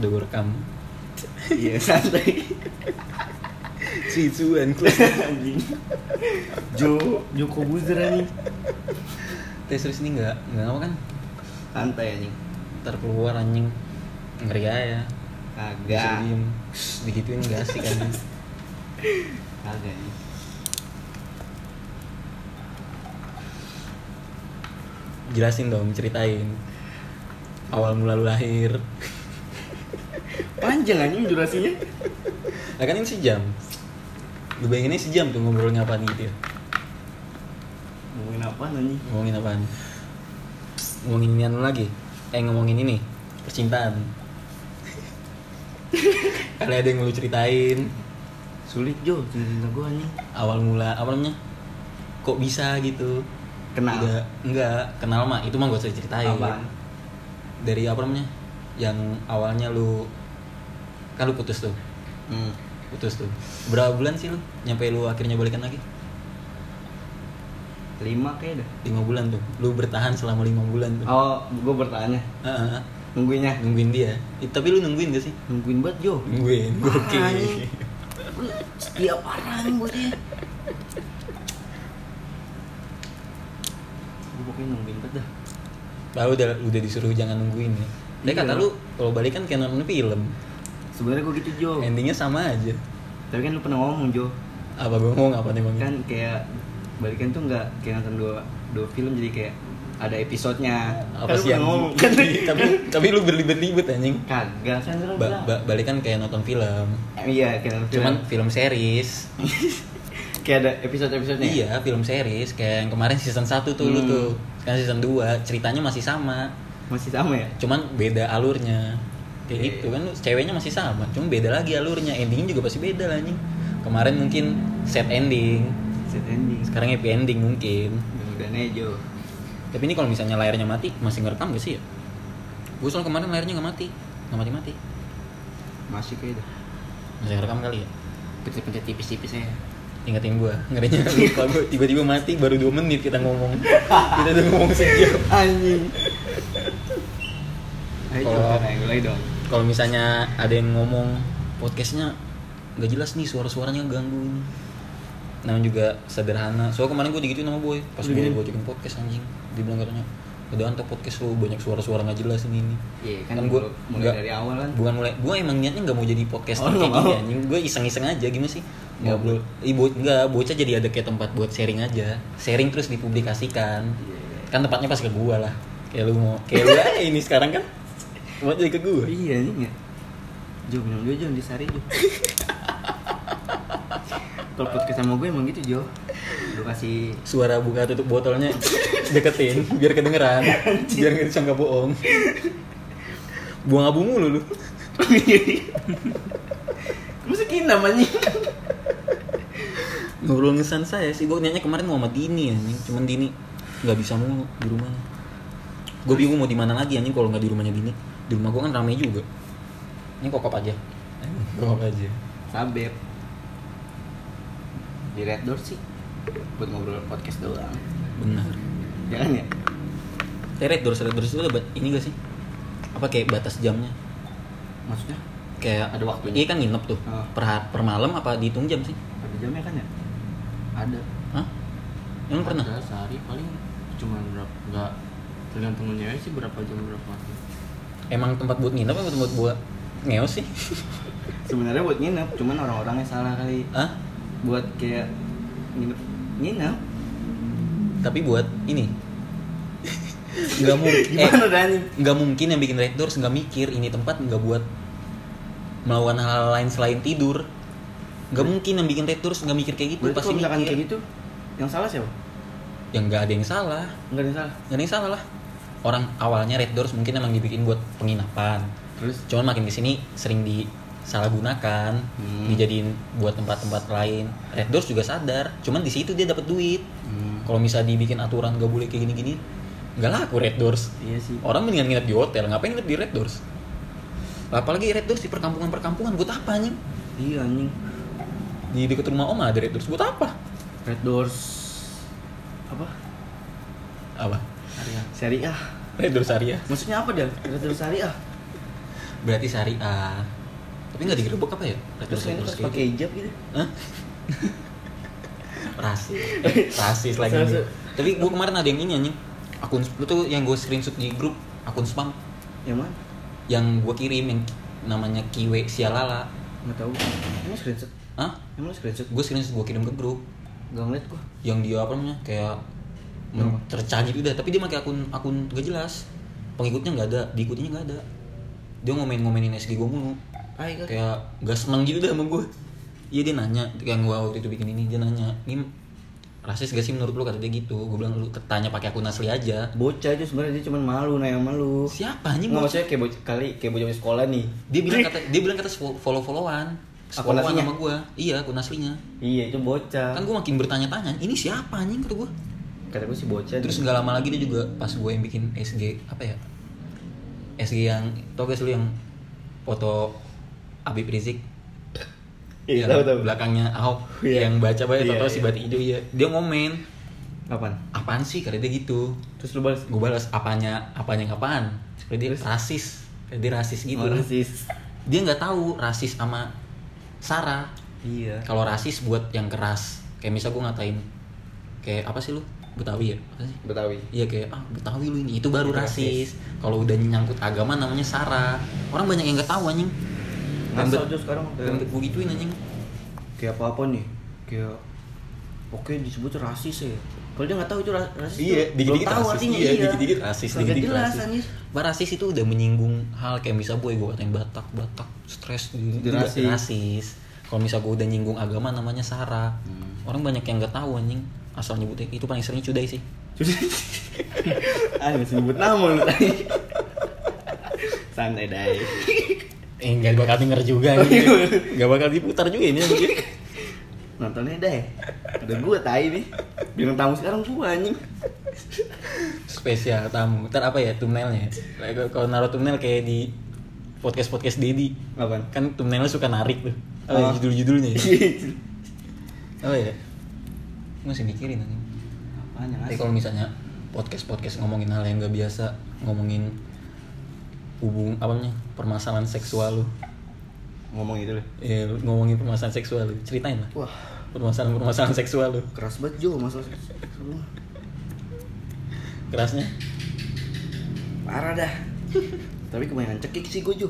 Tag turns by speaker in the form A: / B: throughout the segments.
A: udah gue rekam
B: Iya santai.
A: cicuan
B: Anjing. Jo, Joko Buzer anjing.
A: tes terus ini nggak nggak apa kan
B: Santai anjing.
A: ntar keluar anjing ngeri aja Disuruh
B: Kagak.
A: diem Shh, digituin nggak asik kan
B: Kagak anjing.
A: jelasin dong ceritain awal mula lu lahir
B: Panjang anjing durasinya.
A: nah kan ini sejam lu bayanginnya sejam tuh ngobrolnya apaan gitu ya
B: Ngomongin apa anjing?
A: ngomongin apaan ngomongin ini anu lagi eh ngomongin ini percintaan kali ada yang mau lu ceritain
B: Sulit Jo, cerita gua anjing.
A: awal mula apa namanya kok bisa gitu
B: Kenal?
A: Udah- enggak kenal mah itu mah gak usah ceritain
B: Apaan?
A: dari apa namanya yang awalnya lu kan lu putus tuh
B: Hmm.
A: putus tuh berapa bulan sih lu nyampe lu akhirnya balikan lagi
B: Lima kayak dah.
A: lima bulan tuh lu bertahan selama lima bulan tuh
B: Oh, gua bertanya.
A: Heeh.
B: Nungguinnya.
A: nungguin dia Eh, tapi lu nungguin gak sih
B: Nungguin banget Jo.
A: nungguin oke
B: Parah, anjing. Lu Setia parah anjing buat dia. Gua pokoknya nungguin banget dah.
A: lalu udah udah disuruh jangan nungguin ya tapi
B: Iya.
A: kata lu kalau balikan kayak nonton film
B: Sebenarnya gua gitu Jo.
A: endingnya sama aja
B: Tapi kan lu pernah ngomong Jo.
A: apa gue ngomong apa nih bang
B: kan kayak balikan tuh nggak kayak nonton dua dua film jadi kayak ada episodenya
A: apa
B: Kan lu
A: sih yang
B: pernah ngomong kan
A: tapi tapi lu berlibet-libet anjing
B: kagak kan lu
A: ba
B: bilang.
A: ba- balikan kayak nonton film
B: Eh, iya kayak nonton film.
A: cuman film series
B: kayak ada episode episodenya
A: iya film series kayak yang kemarin season 1 tuh lu
B: Hmm.
A: tuh sekarang season 2 ceritanya masih sama
B: masih sama ya
A: cuman beda alurnya kayak
B: Iya.
A: gitu kan lu- ceweknya masih sama cuma beda lagi alurnya endingnya juga pasti beda lah anjing kemarin mungkin set ending
B: set ending
A: sekarang happy ending mungkin
B: udah nejo
A: tapi ini kalau misalnya layarnya mati masih ngerekam gak sih ya gue soal kemarin layarnya nggak mati nggak mati mati
B: masih kayak gitu. dah
A: masih ngerekam kali ya
B: pencet-pencet tipis-tipis ya. aja
A: ingetin gue ngerinya lupa gue tiba-tiba mati baru dua menit kita ngomong kita udah ngomong sejam
B: anjing ayo
A: Kalau-
B: coba ayo mulai dong
A: kalau misalnya ada yang ngomong podcastnya nggak jelas nih suara-suaranya ganggu ini namanya juga sederhana soalnya kemarin gue digituin sama boy pas gue
B: Gini.
A: bocokin podcast anjing dibilang katanya udah antar podcast lo banyak suara-suara nggak jelas ini ini
B: iya kan,
A: Kan
B: gua
A: gua-
B: mulai
A: nggak-
B: dari awal kan
A: bukan mulai gue emang niatnya nggak mau jadi podcast
B: Oh, lu
A: kayak
B: nggak
A: gini
B: mau?
A: anjing gue iseng-iseng aja gimana sih
B: Nggak
A: ngobrol ibu nggak bocah jadi ada kayak tempat buat sharing aja sharing terus dipublikasikan
B: Iya, iya.
A: kan tempatnya pas ke gue lah kayak lu mau kayak lu aja ini sekarang kan buat jadi ke gue
B: Iya anjing ya. Jo minum dulu Jo disari Jo. Kalau podcast sama gue emang gitu Jo. Lu kasih
A: suara buka tutup botolnya deketin biar kedengeran biar nggak disangka bohong buang abu mulu lu
B: Masa kini namanya?
A: ngobrol ngesan saya sih gue niatnya kemarin mau sama Dini anjing cuman Dini nggak bisa mulu di rumahnya gue bingung mau di mana lagi anjing kalau nggak di rumahnya Dini di rumah gue kan rame juga ini kokop aja kokop aja
B: Sabep. Di Red Door sih. Buat ngobrol podcast doang.
A: benar
B: Jangan ya?
A: teret doors teret doors itu ada bat- ini gak sih apa kayak batas jamnya
B: Maksudnya?
A: kayak
B: Ada waktunya.
A: iya kan nginep tuh
B: Ah.
A: per, ha- per malam apa dihitung jam sih
B: Ada jamnya kan ya? Ada.
A: Hah? Emang pernah?
C: Ada sehari paling cuma berapa nggak tergantung cewek sih berapa jam berapa hari.
A: Emang tempat buat nginep apa tempat buat ngeos sih?
B: Sebenarnya buat nginep, cuman orang-orangnya salah kali.
A: Hah?
B: Buat kayak nginep nginep.
A: Tapi buat ini. Nggak mungkin. Eh,
B: Gimana udah anjing?
A: nggak mungkin yang bikin Red Doors nggak mikir ini tempat nggak buat melawan hal lain selain tidur. Nggak mungkin yang bikin Red Doors nggak mikir kayak gitu.
B: Berarti
A: Pasti
B: kalau misalkan kayak
A: mikir.
B: gitu, yang salah siapa?
A: Ya nggak ada yang salah.
B: Enggak ada yang salah.
A: Nggak ada yang salah lah. Orang awalnya Red Doors mungkin emang dibikin buat penginapan.
B: Terus
A: Cuman makin kesini sering disalahgunakan,
B: Hmm.
A: dijadiin buat tempat-tempat lain. Red Doors juga sadar, cuman di situ dia dapat duit.
B: Hmm.
A: Kalau misalnya dibikin aturan gak boleh kayak gini-gini, nggak laku Red Doors.
B: Iya sih.
A: Orang mendingan nginep di hotel, ngapain nginep di Red Doors? Lah, Apalagi Red Doors di perkampungan-perkampungan, buat apa anjing?
B: Iya anjing.
A: Di deket rumah Oma ada Red Doors, buat apa?
B: Red Doors apa?
A: Apa?
C: Hari ya.
B: Syariah.
A: Red Doors ya? Arya.
B: Maksudnya apa dia? Red Doors Syariah.
A: berarti syariah tapi nggak digerebek apa ya
B: terus ini terus
A: kayak
B: pakai hijab gitu
A: Hah? rasis Eh, rasis lagi
C: Rasis.
A: nih. tapi gue kemarin ada yang ini anjing akun lu tuh yang gue screenshot di grup akun spam
B: yang mana
A: yang gue kirim yang namanya Kiwe Sialala
B: nggak tahu emang screenshot
A: Hah?
B: emang screenshot
A: gue screenshot gue kirim ke grup
B: gak ngeliat gua
A: yang dia apa namanya kayak men- tercajik udah tapi dia pakai akun akun gak jelas pengikutnya nggak ada diikutinya nggak ada dia ngomain-ngomainin SG gue mulu
C: Hai, kan?
A: kayak gak seneng gitu dah sama gue iya dia nanya yang gue waktu itu bikin ini dia nanya ini rasis gak sih menurut lu kata dia gitu gue bilang lu tanya pakai akun asli aja
B: bocah itu sebenarnya dia cuma malu nanya sama lu
A: siapa anjing bocah?
B: nggak maksudnya kayak bocah kali kayak bocah sekolah nih
A: dia bilang kata dia bilang kata follow followan
B: Akun
A: followan
B: aslinya?
A: sama gue iya akun aslinya
B: iya itu bocah
A: kan gue makin bertanya-tanya ini siapa anjing kata gue
B: kata gue sih bocah
A: terus
B: nih.
A: nggak lama lagi dia juga pas gue yang bikin SG apa ya SG yang tau guys lu yang foto Habib Rizik
B: Iya,
A: yang
B: tahu, tahu.
A: belakangnya Ahok
B: Iya.
A: yang baca banyak
B: Iya,
A: tau si
B: iya.
A: Bati Ijo iya dia ngomen
B: kapan
A: apaan sih kata dia gitu
B: terus lu balas
A: gue balas apanya apanya yang apaan kata dia rasis kata dia rasis gitu
B: Oh, rasis
A: dia nggak tahu rasis sama Sarah
B: iya
A: kalau rasis buat yang keras kayak misal gue ngatain kayak apa sih lu Betawi ya apa sih
B: betawi
A: Iya kayak ah Betawi lu ini itu baru Iya, rasis. Kalau udah nyangkut agama namanya sara. Orang banyak yang nggak tahu anjing.
B: ngasal
A: Rambut-
B: tuh sekarang
A: Rambut gue gituin anjing.
B: kayak apa apa nih kayak oke disebut rasis ya kalau dia nggak tahu itu ra- rasis tuh.
A: Iya, dikit-dikit
B: Belum tahu
A: rasis.
B: artinya
A: Iya,
B: iya
A: dikit-dikit rasis,
B: Kagak
A: dikit-dikit
B: jelas
A: rasis.
B: anjir
A: Bah, rasis itu udah menyinggung hal kayak misal gue gue katain Batak, Batak, stres gitu.
B: Itu
A: Itu
B: rasis.
A: rasis. Kalau misal gue udah nyinggung agama namanya sara. Orang banyak yang nggak tahu anjing. Asal nyebutnya itu paling sering cudai sih.
B: ah nggak usah nyebut nama lu santai dai
A: Eh enggak bakal denger juga
B: anjing.
A: Enggak bakal diputar juga ini anjing.
B: nontonnya dai udah gua tai nih bilang tamu sekarang gua anjing
A: spesial tamu ntar apa ya thumbnailnya Kayak kalau naruh thumbnail kayak di podcast podcast Dedi
B: apaan
A: kan thumbnailnya suka narik tuh apa ya,
B: Oh.
A: judul-judulnya ya? apa ya Gua masih mikirin nanti
B: apaan yang
A: tapi
B: asik
A: kalau misalnya podcast podcast ngomongin hal yang gak biasa ngomongin hubung apa namanya permasalahan seksual lu
B: ngomong gitu loh
A: ya, lu ngomongin permasalahan seksual lu ceritain lah
B: wah
A: permasalahan permasalahan seksual lu
B: keras banget Jo masalah Aduh,
A: kerasnya
B: parah dah tapi kebanyakan cekik sih gua Jo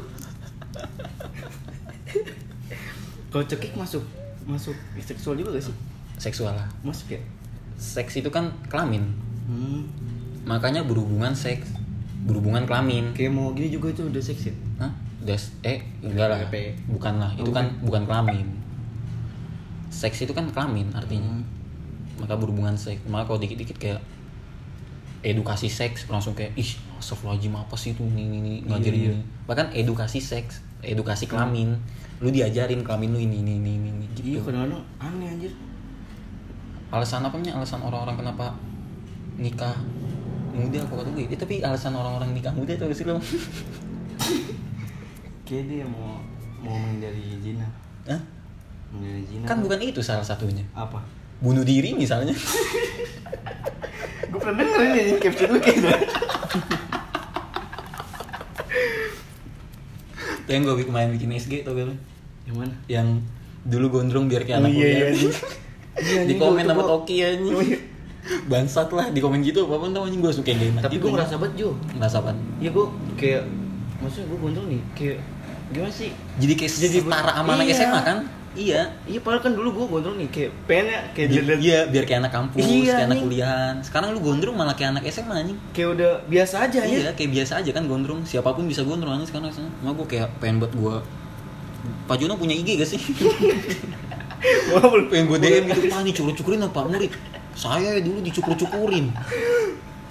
B: kalau cekik masuk masuk Ya, seksual juga gak sih
A: seksual lah
B: masuk ya
A: seks itu kan kelamin
B: hmm
A: makanya berhubungan seks berhubungan kelamin
B: kayak mau gini juga itu udah seks ya
A: Hah? Das eh enggak lah.
B: PP.
A: Bukan lah. Itu
B: Oh,
A: kan bukan kelamin. Seks itu kan kelamin artinya.
B: Hmm.
A: Maka berhubungan seks. Maka kalau dikit-dikit kayak edukasi seks langsung kayak ih astagfirullahaladzim apa sih itu ini ini, ini ngajarin
B: Iya, iya.
A: ini." bahkan edukasi seks edukasi kelamin lu diajarin kelamin lu ini ini ini ini, ini, gitu
B: iya kadang-kadang aneh anjir
A: alasan apa namanya alasan orang-orang kenapa nikah muda kok kata gue Eh, tapi alasan orang-orang nikah muda itu sih lo
B: kayak dia mau mau menghindari zina
A: Hah?
B: menghindari zina
A: kan bukan itu salah satunya
B: apa
A: bunuh diri misalnya
B: gue pernah denger ini caption lu kayak gitu
A: Itu yang gue kemarin bikin SG tau gak lu?
B: yang mana
A: Yang dulu gondrong biar kayak anak
B: Oh, iya, iya,
A: kuliah
B: anjing. Iya,
A: Di
B: anjing,
A: komen
B: gua-
A: sama
B: gua-
A: Toki anjing
B: Oh, iya.
A: Bansat lah di komen gitu apapun tau anjing gue suka kayak gini
B: tapi gue ngerasa banget Jo
A: Ngerasa apa?
B: ya gue kayak maksudnya gue gondrong nih kayak gimana sih
A: Jadi kayak
B: Jadi bu-
A: setara sama anak
B: Iya.
A: SMA kan? Iya
B: iya padahal kan dulu gue gondrong nih kayak pengennya kayak
A: Di-
B: dilihat-
A: Iya biar kayak anak kampus,
B: Iya,
A: kayak anak
B: anjing.
A: kuliahan Sekarang lu gondrong malah kayak anak SMA anjing
B: kayak udah biasa aja
A: Iya,
B: ya
A: kayak biasa aja kan gondrong Siapapun bisa gondrong anjing sekarang rasanya Cuma gue kayak pengen buat gue Pak Juno punya IG gak sih?
B: walaupun
A: yang gue DM gitu pak nih cukur-cukurin apa murid saya dulu dicukur-cukurin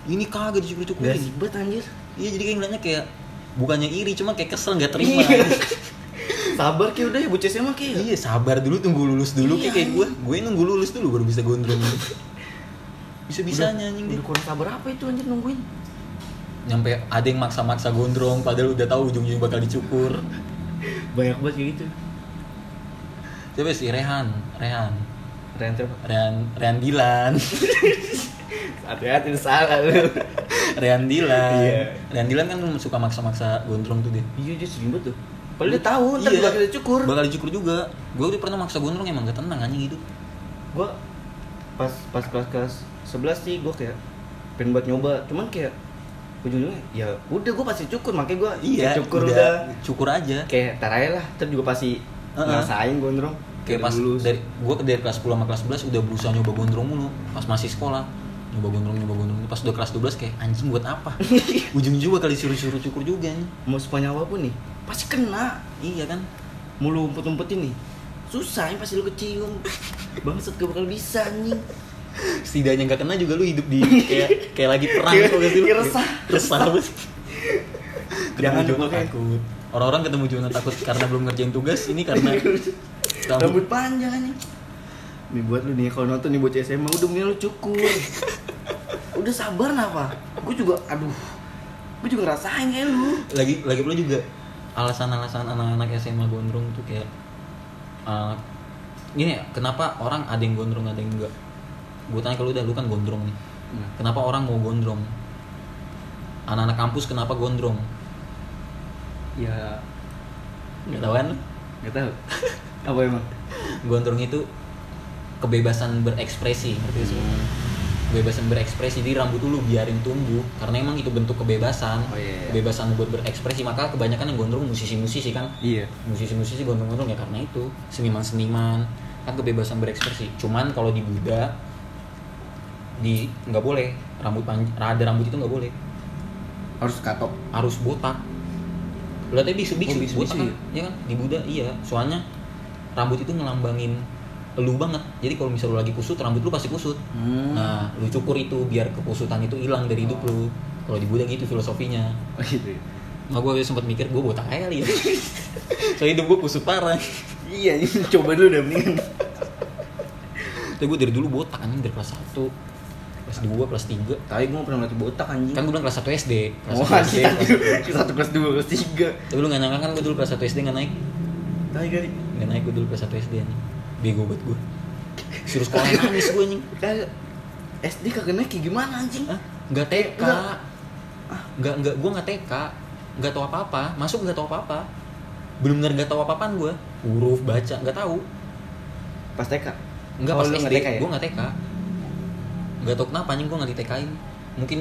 A: ini kagak
B: gak
A: dicukur-cukurin
B: sibet anjir
A: iya jadi kayak ngeliatnya kayak bukannya iri cuma kayak kesel nggak terima
B: Iya. sabar kayak udah ya bocah mah kayak
A: iya sabar dulu tunggu lulus dulu
B: Iya,
A: kayak gue gue nunggu lulus dulu baru bisa gondrong bisa bisanya
B: Udah-
A: anjing dia
B: udah kurang sabar apa itu anjir nungguin
A: nyampe ada yang maksa-maksa gondrong padahal udah tahu ujung-ujungnya bakal dicukur
B: banyak banget kayak gitu
A: coba si Rehan Rehan
B: Renter
A: Rehan Rehan Dilan
B: hati-hati salah lu
A: Rehan Dilan
B: Iya.
A: Rehan Dilan kan suka maksa-maksa gondrong tuh dia
B: Iya dia sering banget tuh. Padahal dia tahu ntar
A: Iya.
B: bakal kita cukur.
A: bakal dicukur juga gue udah pernah maksa gondrong emang gak tenang anjing hidup
B: Gua pas pas kelas kelas 11 sih gua kayak pengen buat nyoba, cuman kayak ujung-ujungnya ya udah gua pasti cukur makanya gua
A: Iya,
B: Iya, cukur udah.
A: cukur aja
B: Kayak ntar aja lah, ntar juga pasti
A: Heeh.
B: ngerasain gondrong.
A: kayak pas dari gue dari kelas 10 sama kelas 11 udah berusaha nyoba gondrong mulu pas masih sekolah nyoba gondrong nyoba gondrong pas udah kelas 12 kayak anjing buat apa ujung juga kali suruh-suruh cukur juga nih
B: mau sepanjang apapun nih pasti kena
A: iya kan
B: mulu umpet umpetin nih susah ini pasti lu kecium bangsat gak bakal bisa anjing
A: setidaknya nggak kena juga lu hidup di kayak kayak lagi perang
B: Kayak-
A: tau gak sih lu?
B: kayak resah.
A: resah banget ketemu
B: Jangan
A: Jono
B: dipakai.
A: takut orang-orang ketemu Jono takut karena belum ngerjain tugas ini karena
B: rambut panjang anjing nih buat lu nih kalau nonton nih buat SMA udah mendingan lu cukur udah sabar napa gue juga aduh gue juga ngerasain kayak lu
A: lagi lagi pula juga alasan-alasan anak-anak SMA gondrong tuh kayak eh, gini ya kenapa orang ada yang gondrong ada yang enggak gue tanya kalau udah lu kan gondrong nih
C: Hmm.
A: kenapa orang mau gondrong anak-anak kampus kenapa gondrong
B: ya
A: Gak tau kan
B: nggak tahu apa emang
A: gondrong itu kebebasan berekspresi ngerti gak sih? kebebasan berekspresi di rambut lu biarin tumbuh karena emang itu bentuk kebebasan
B: Oh, iya, iya.
A: kebebasan buat berekspresi maka kebanyakan yang gondrong musisi-musisi kan
B: iya
A: musisi-musisi gondrong-gondrong ya karena itu seniman-seniman kan kebebasan berekspresi cuman kalau di Buddha di nggak boleh rambut panjang ada rambut itu nggak boleh
B: harus katok
A: harus botak lihatnya bisu bisu,
B: Oh, bisu-bisu
A: botak kan? ya kan di Buddha iya soalnya rambut itu ngelambangin lu banget jadi kalau misalnya lu lagi kusut rambut lu pasti kusut
B: hmm.
A: nah lu cukur itu biar kekusutan itu hilang dari hidup lu kalau di Buddha gitu filosofinya
B: oh gitu ya.
A: nah gue sempat mikir gue botak aja kali ya soalnya hidup gue kusut parah
B: iya anjing, coba dulu udah mendingan
A: Tapi gue dari dulu botak anjing dari kelas 1 Kelas 2, kelas 3
B: tapi gue pernah ngeliat botak anjing
A: Kan gue bilang kelas 1 SD Kelas
B: Oh,
A: 1 SD
B: kita
A: kelas-
B: satu kelas dua kelas tiga.
A: Tapi lu gak nyangka kan gue dulu kelas 1 SD gak naik
B: Tapi kali,
A: Gak naik gue dulu kelas 1 SD anjing Bego banget gue Suruh sekolah nangis gue anjing
B: kali SD Kan kagak naik kayak gimana anjing?
A: Hah? Gak TK
B: Enggak.
A: Gak, gak, gue gak TK Gak tau apa-apa Masuk gak tau apa-apa Bener-bener gak tau apa-apaan gue Huruf, baca, gak tau
B: Pas TK.
A: Enggak
B: Oh,
A: pas
B: lu
A: SD,
B: nggak TK ya?
A: gue nggak TK Nggak tau kenapa anjing gue nggak di TK-in Mungkin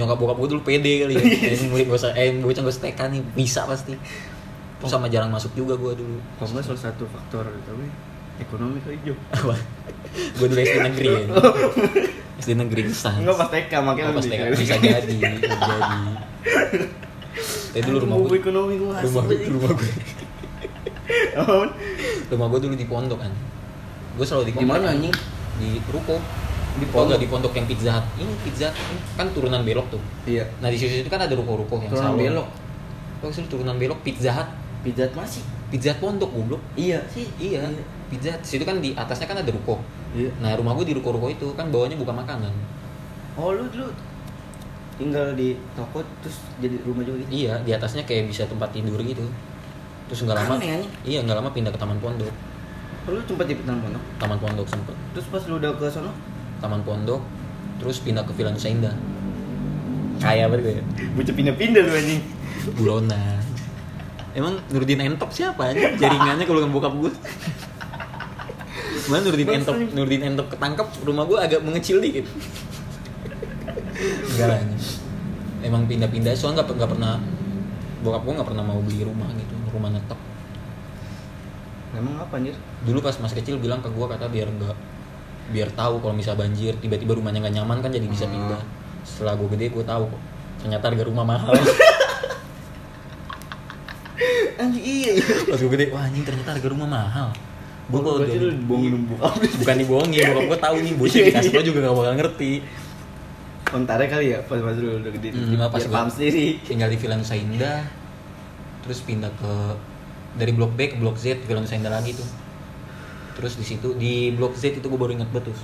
A: nyokap bokap gue dulu pede kali ya Eh, Murid gue usah, eh bocah gue TK nih, bisa pasti Terus sama jarang masuk juga gue dulu
B: Oh. Kalau nggak salah satu faktor tapi ekonomi kali Jo.
A: Apa? Gue dulu SD negeri ya
B: Oh.
A: SD negeri kesah
B: Enggak pas TK makanya
A: Oh, pas
B: lebih
A: TK,
B: kali.
A: bisa jadi Bisa jadi Tapi dulu
B: Anjing,
A: rumah
B: buku
A: gue
B: ekonomi gue asik
A: Rumah gue,
B: banget.
A: rumah gue
B: Apaan?
A: Rumah gue dulu di pondok kan Gue selalu di
B: Di
A: pondok
B: mana,
A: kan.
B: anjing?
A: Di ruko
B: Di
A: Tau nggak
B: pondok?
A: di pondok yang pizza hut Ini pizza Hut, ini kan turunan belok tuh
B: Iya.
A: Nah di situ itu kan ada ruko-ruko yang
B: Turunan
A: salon.
B: belok.
A: Tuh sih turunan belok Pizza Hut.
B: Pijat masih.
A: Pizza Hut pondok goblok.
B: Iya sih.
A: Iya, Pizza Hut. Situ kan di atasnya kan ada ruko.
B: Iya.
A: Nah rumah gue di ruko-ruko itu kan bawahnya buka makanan.
B: Oh lu dulu tinggal di toko terus jadi rumah juga gitu.
A: Iya, di atasnya kayak bisa tempat tidur gitu. Terus nggak lama,
B: Aneh, aneh.
A: iya nggak lama pindah ke taman pondok.
B: Oh, lu tempat di Petan Pondok.
A: Taman pondok sempet.
B: Terus pas lu udah ke sono,
A: Taman pondok, terus pindah ke Villa Nusa Indah. Kaya banget gue ya.
B: bocah pindah-pindah lu anjing.
A: Bulona. Emang Nurdin Entop siapa aja? Jaringannya kalau nggak bokap gue. Mana Nurdin
B: Bang,
A: Entop,
B: sorry.
A: Nurdin Entop ketangkep, rumah gue agak mengecil dikit. Enggak lah, anjing. Emang pindah-pindah soalnya nggak nggak pernah bokap gue nggak pernah mau beli rumah gitu, rumah netep.
B: Emang apa anjir?
A: Dulu pas masih kecil bilang ke gue kata biar nggak biar tahu kalau misal banjir tiba-tiba rumahnya nggak nyaman kan jadi bisa
B: Hmm.
A: pindah. Setelah gue gede gue tahu kok ternyata harga rumah mahal.
B: Anjing iya. iya.
A: Pas gue gede, wah anjing ternyata harga rumah mahal. Gue
B: Gua
A: kalau
B: berarti lu dibohongin sama bokap lu. Iya,
A: bukan dibohongin, bokap gue tahu nih bocah di kasih tau juga gak bakal ngerti.
B: Kontare kali ya pas pas lu udah gede.
A: Hmm,
B: Biar
A: pas gua-
B: paham sendiri.
A: Tinggal di Villa Nusa Indah, terus pindah ke dari blok B ke blok Z Villa Nusa Indah lagi tuh. Terus di situ di blok Z itu gue baru inget banget tuh.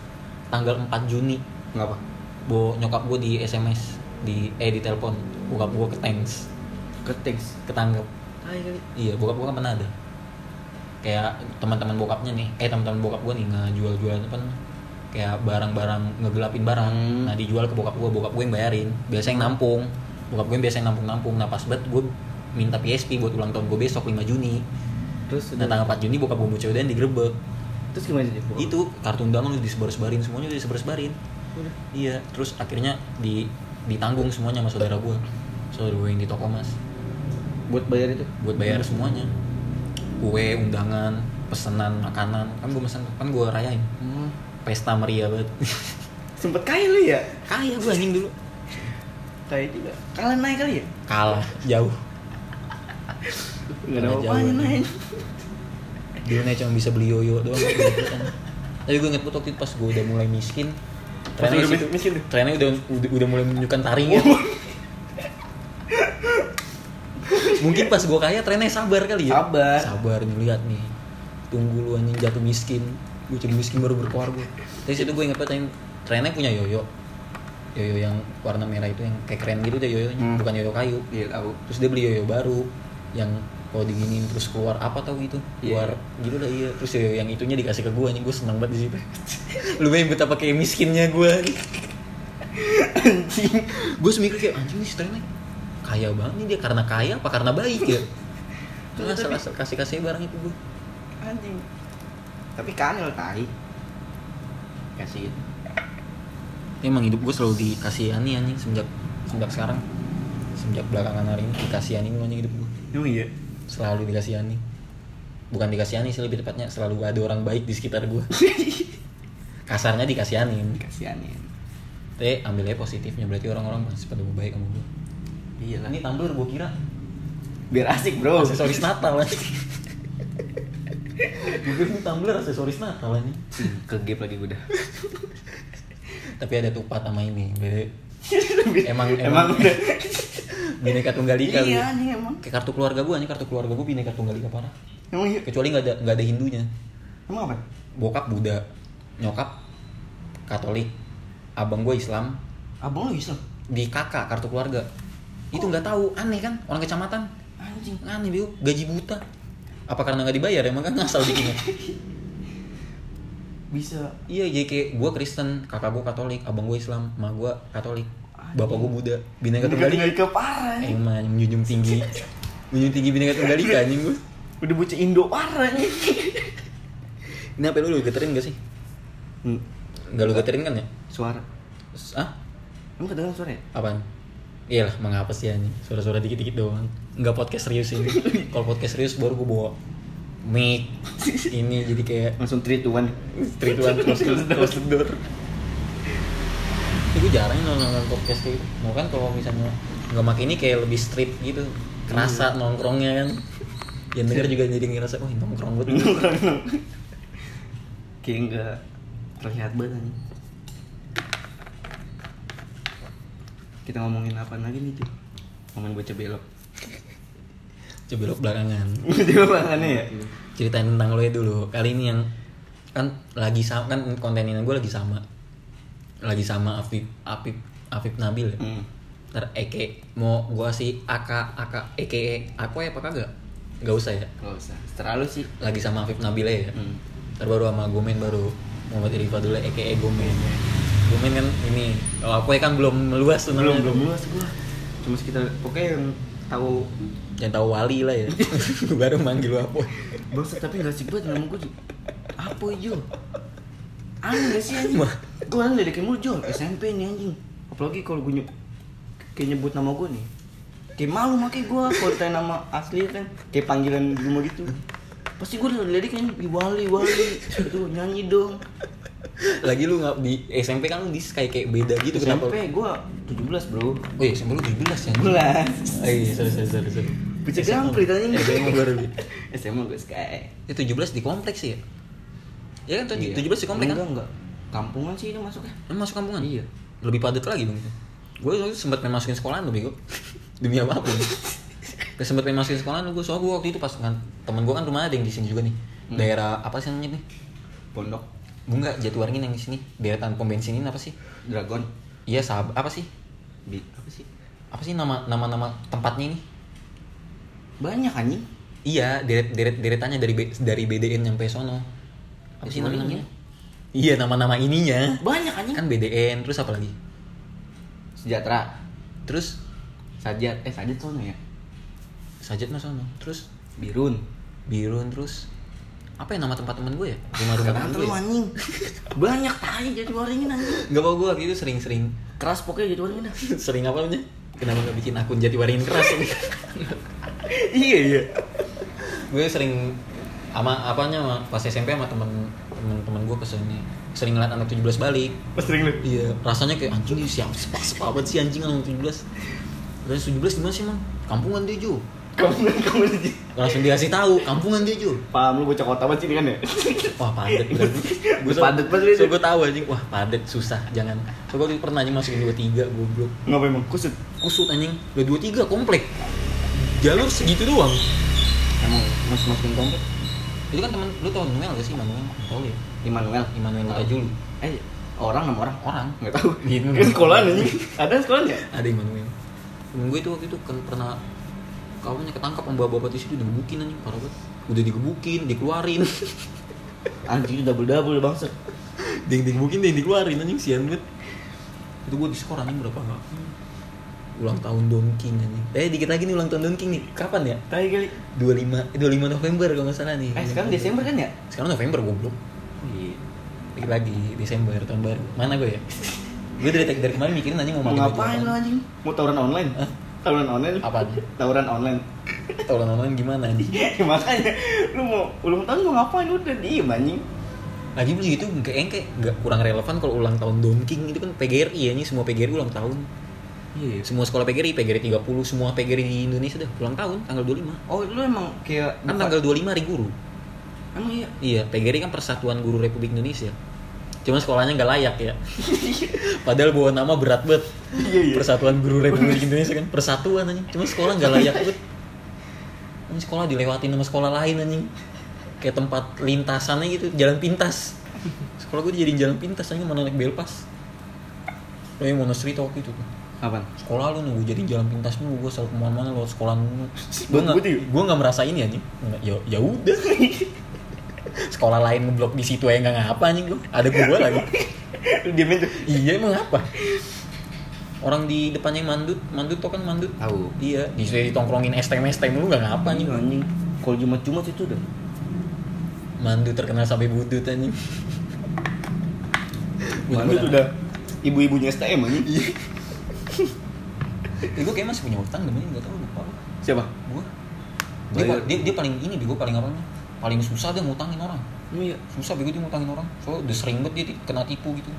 A: Tanggal 4 Juni,
B: Ngapa?
A: bo nyokap gue di SMS di eh di telepon bokap gue ke tanks
B: Ketings.
A: ketangkep
B: Hai kali.
A: iya bokap gue kan pernah ada kayak teman-teman bokapnya nih eh teman-teman bokap gue nih ngejual-jualan apa namanya? kayak barang-barang ngegelapin barang
B: Hmm.
A: nah dijual ke bokap gue bokap gue yang bayarin biasa yang nampung bokap gue yang biasa yang nampung-nampung nah pas banget gue minta PSP buat ulang tahun gue besok 5 Juni
B: Terus
A: nah tanggal 4 Juni bokap gue mau dan digrebek
B: Terus gimana sih? Bo?
A: itu kartu undangan udah disebar-sebarin semuanya udah disebar-sebarin
B: Udah.
A: iya terus akhirnya di ditanggung semuanya sama saudara gue saudara gue yang di toko mas
B: buat bayar itu.
A: buat bayar semuanya kue undangan pesenan makanan kan gue mesen kan gue rayain
B: Hmm.
A: pesta meriah banget
B: Sempet kaya lu ya?
A: kaya gue anjing dulu
B: Kaya juga. Kalian naik kali ya?
A: kalah jauh
B: Enggak ada
A: Karena
B: apa-apanya
A: jauh.
B: naik.
A: dulu naik cuma bisa beli yoyo doang gitu kan. tapi gue inget banget waktu itu pas gue udah mulai miskin
B: Pas
A: trennya
B: udah
A: situ-
B: miskin Oh. tuh?
A: trennya udah udah, udah mulai menunjukkan ya. taringnya mungkin pas gue kaya trennya sabar kali ya
B: Sabar.
A: sabar nih lihat nih tunggu lu anjing jatuh miskin gue jadi miskin baru berkuar gue dari situ gue inget banget anjing, trennya punya yoyo yoyo yang warna merah itu yang kayak keren gitu deh yoyonya
B: Hmm.
A: bukan yoyo kayu
B: Iya, tahu.
A: terus dia beli yoyo baru yang kalau diginiin terus keluar apa tau gitu
B: Iya.
A: keluar gitu lah iya terus yoyo yang itunya dikasih ke gue anjing gue seneng banget di situ lu bayangin betapa kayak miskinnya gue anjing gue semikir kayak anjing nih si Trennya kaya banget nih dia karena kaya apa karena baik ya
B: Tapi-
A: Nggak asal kasih kasih barang itu gue
B: Anjing. Tapi kanel tai.
C: kasih
A: emang hidup gue selalu dikasihani anjing semenjak semenjak sekarang semenjak belakangan hari ini dikasihani mulu anjing hidup gue
B: Emang iya.
A: selalu dikasihani bukan dikasihani sih lebih tepatnya selalu ada orang baik di sekitar gue kasarnya dikasihanin
B: Kasianin.
A: tapi ambil aja positifnya berarti orang-orang masih pada baik sama gue
C: iya lah
A: ini tumbler gue kira
B: Biar asik, Bro.
A: aksesoris Natal aja gue kira ini tumbler aksesoris Natal aja
B: Hmm, Ke gap lagi gue dah.
A: tapi ada tupat sama ini Bede- emang
B: Emang udah.
A: bineka tunggal ika lu.
B: Iya, anjing emang.
A: kayak kartu keluarga gue anjing kartu keluarga gue bineka tunggal ika parah
B: Emang iya.
A: kecuali nggak ada nggak ada Hindunya
B: Emang apa?
A: bokap Buddha, nyokap Katolik, abang gue Islam,
B: Abang lu Islam.
A: di kakak kartu keluarga. Itu nggak tahu, aneh kan? Orang kecamatan,
B: Anjing.
A: aneh biu, gaji buta. Apa karena nggak dibayar emang kan ngasal bikinnya?
B: Bisa
A: iya, jadi kayak gue Kristen, kakak gue Katolik, abang gue Islam, ma gue Katolik, bapak gue Buddha, bineka tunggal
B: Tinggal
A: ika.
B: ke parah. anjing.
A: Emang menjunjung tinggi, menjunjung tinggi bineka tunggal ika anjing gue.
B: Udah bocah Indo parah nih.
A: Ini apa lu lu geterin gak sih?
B: Hmm,
A: Gak lu geterin kan ya?
B: Suara.
A: Ah,
B: Emang kedengeran suara ya?
A: Apaan? Iya lah, mengapa sih anjing? Suara-suara dikit-dikit doang. Nggak podcast serius ini. Kalau podcast serius baru gue bawa mic ini jadi kayak
B: Langsung 3 to 1.
A: street one close the close the door. Tapi gue jarang nonton podcast kayak gitu. Mau kan kalau misalnya nggak make ini kayak lebih street gitu. Kerasa nongkrongnya kan. Yang denger juga jadi ngerasa, wah nongkrong gue dulu.
B: Kayak enggak terlihat banget anjing. Kita ngomongin apa lagi nih, Cuk? Ngomongin bocah belok.
A: Coba belok belakangan.
B: Dia bahannya ya?
A: Ceritain tentang lo ya dulu. Kali ini yang kan lagi sama kan kontennya gue lagi sama. Lagi sama Afif Afif Afif Nabil ya.
B: Hmm.
A: Ntar Eke mau gue sih AK AK Eke aku ya apa kagak? Gak usah ya.
B: Gak usah. Terlalu sih.
A: Lagi sama Afif Nabil ya.
B: Hmm.
A: Ntar baru sama Gomen baru Muhammad Irifa dulu Eke eh, Gomen. Gomen kan ini kalau aku kan belum meluas tuh
B: Belum
A: namanya.
B: belum luas gua. Cuma sekitar pokoknya yang tahu
A: Yang tahu wali lah ya. baru manggil lo apa?
B: bangsa tapi gak sih banget nama gua Cuk. Apa Jo? Aneh gak sih anjing?
A: Mah.
B: Gua kan ledekin mulu Jo, SMP nih anjing. Apalagi kalau gua nyebut kayak nyebut nama gua nih. Kayak malu makanya gua kalau ditanya nama asli kan kayak panggilan di rumah gitu. Pasti gua diledekin di wali wali itu nyanyi dong.
A: Lagi lu nggak di SMP kan lu di kayak kayak beda gitu kenapa?
B: SMP gua 17, Bro.
A: Oh iya, SMP lu 17 ya?
B: 17.
A: Oh iya, sorry, sorry, sorry, sorry.
B: Bisa gamprit anjing.
A: Eh, SMA baru nih.
B: SMA gua sky.
A: Ya 17 di kompleks ya? Ya kan, tuj-
B: Iya.
A: 17 di kompleks kan?
B: Enggak, enggak. Kampungan sih ini masuknya.
A: Emang masuk kampungan?
B: Iya.
A: Lebih padat lagi dong. Gue sempat main masukin sekolahan lo bego. Demi apapun. Gue sempat main masukin sekolahan gue soalnya gue waktu itu pas kan temen gue kan rumahnya ada yang di sini juga nih. Daerah apa sih namanya nih?
B: Pondok
A: Gue enggak jatuharnya yang di sini. Daerah tanpa bensin ini apa sih?
B: Dragon.
A: Iya, sahab apa sih?
B: Bi apa sih?
A: Apa sih nama nama nama tempatnya ini?
B: Banyak anjing.
A: Iya, deret deret deretannya dari B- dari BDN nyampe sono. Apa sih
B: Kecuali
A: namanya?
B: ini.
A: Iya nama-nama ininya.
B: Banyak anjing.
A: Kan BDN terus apa lagi?
B: Sejahtera.
A: Terus
B: Sajat. Eh Sajat sono ya.
A: Sajat mah sono. Terus
B: Birun.
A: Birun terus apa ya nama tempat temen gue ya? Rumah-rumah
B: Gak
A: temen
B: nonton
A: gue.
B: lu
A: Ya?
B: anjing. Banyak tai jadi waringin anjing.
A: Gak mau gue waktu itu sering-sering
B: Keras pokoknya jadi waringin.
A: sering apa namanya? Kenapa gak bikin akun jadi waringin keras?
B: iya iya.
A: gue sering sama apanya sama pas SMP sama temen temen temen gue kesini sering ngeliat anak 17 balik
B: Oh, Sering lu.
A: iya rasanya kayak anjing ini siapa sepa sepa banget sih anjing anak 17 terus 17 gimana sih man kampungan dia Ju
B: Kamu kamu di
A: langsung dikasih tahu kampungan dia Ju
B: Paham lu bocah kota banget sini kan ya?
A: wah padet berarti
B: Gue padet banget
A: so,
B: gitu.
A: gue tahu anjing wah padet susah jangan so gue pernah anjing masukin dua tiga goblok
B: Ngapain emang kusut?
A: kusut anjing dua dua tiga komplek jalur segitu doang
B: Emang mas masukin komplek?
A: itu kan teman lu tau Manuel gak sih Manuel tau lu ya
B: Immanuel.
A: Immanuel Mutajulu
B: Eh orang nama orang?
A: orang
B: Nggak tahu.
A: Gitu.
B: Kan sekolahan anjing. Ada sekolahnya?
A: ada Immanuel temen gue itu waktu itu kan pernah kawannya ketangkap sama bapak-bapak di situ digebukin anjing parah banget udah digebukin dikeluarin
B: Anjing double double bangset.
A: dia yang digebukin dia yang dikeluarin anjing sian banget itu gue diskor anjing berapa nggak ulang tahun Don King anjing eh dikit lagi nih ulang tahun Don King nih kapan ya
B: Tai kali.
A: 25 eh, 25 November kalau nggak salah nih
B: Eh sekarang Desember kan ya?
A: sekarang November goblok
B: Iya.
A: dikit lagi Desember tahun baru mana gue ya gue dari dari kemarin mikirin anjing mau
B: Mau
A: pakai baju
B: ngapain
A: apaan.
B: lu anjing? Mau tawuran online?
A: Hah?
B: Tawuran online?
A: Apaan?
B: Tawuran online.
A: tolong nonton gimana anjing
B: Makanya lu mau ulang tahun mau ngapain lu udah diem anjing.
A: lagi pun itu kayaknya kayak nggak kurang relevan kalau ulang tahun Don King itu kan PGRI ya ini semua PGRI ulang tahun
B: Iya.
A: semua sekolah PGRI PGRI 30 semua PGRI di Indonesia dah ulang tahun tanggal 25
B: Oh lu emang kayak
A: kan tanggal 25 hari guru
B: Emang iya.
A: iya PGRI kan Persatuan Guru Republik Indonesia cuma sekolahnya nggak layak ya padahal bawa nama berat banget
B: Iya, iya.
A: Persatuan Guru Republik Indonesia kan persatuan anjing cuma sekolah nggak layak banget ini sekolah dilewatin sama sekolah lain anjing kayak tempat lintasannya gitu jalan pintas sekolah gue dijadiin jalan pintas anjing mana naik belpas lo yang mau cerita waktu itu tuh.
B: Kapan?
A: sekolah lu nunggu jadi jalan pintas mulu gue selalu kemana-mana lewat sekolah lu gue
B: Buat
A: nggak
B: putih.
A: gue nggak merasa ini anjing Nggak, ya ya udah sekolah lain ngeblok di situ ya nggak ngapa anjing lu ada gue lagi
B: Lu diemin tuh.
A: iya emang apa orang di depannya yang mandut mandut tau kan mandut
B: Tahu. Iya.
A: iya di situ ditongkrongin STM STM lu nggak ngapa anjing
B: Anjing anjing. Kalau jumat-jumat itu udah.
A: mandut terkenal sampai budut anjing
B: Mandut udah Iya. ibu-ibunya STM anjing.
A: Eh, gue kayak masih punya utang namanya nggak tahu lupa
B: Siapa?
A: gue dia,
B: Bayar.
A: pa- dia, dia paling ini bego paling apa paling susah dia ngutangin orang
B: Iya.
A: susah bego dia ngutangin orang soalnya udah sering banget dia di- kena tipu gitu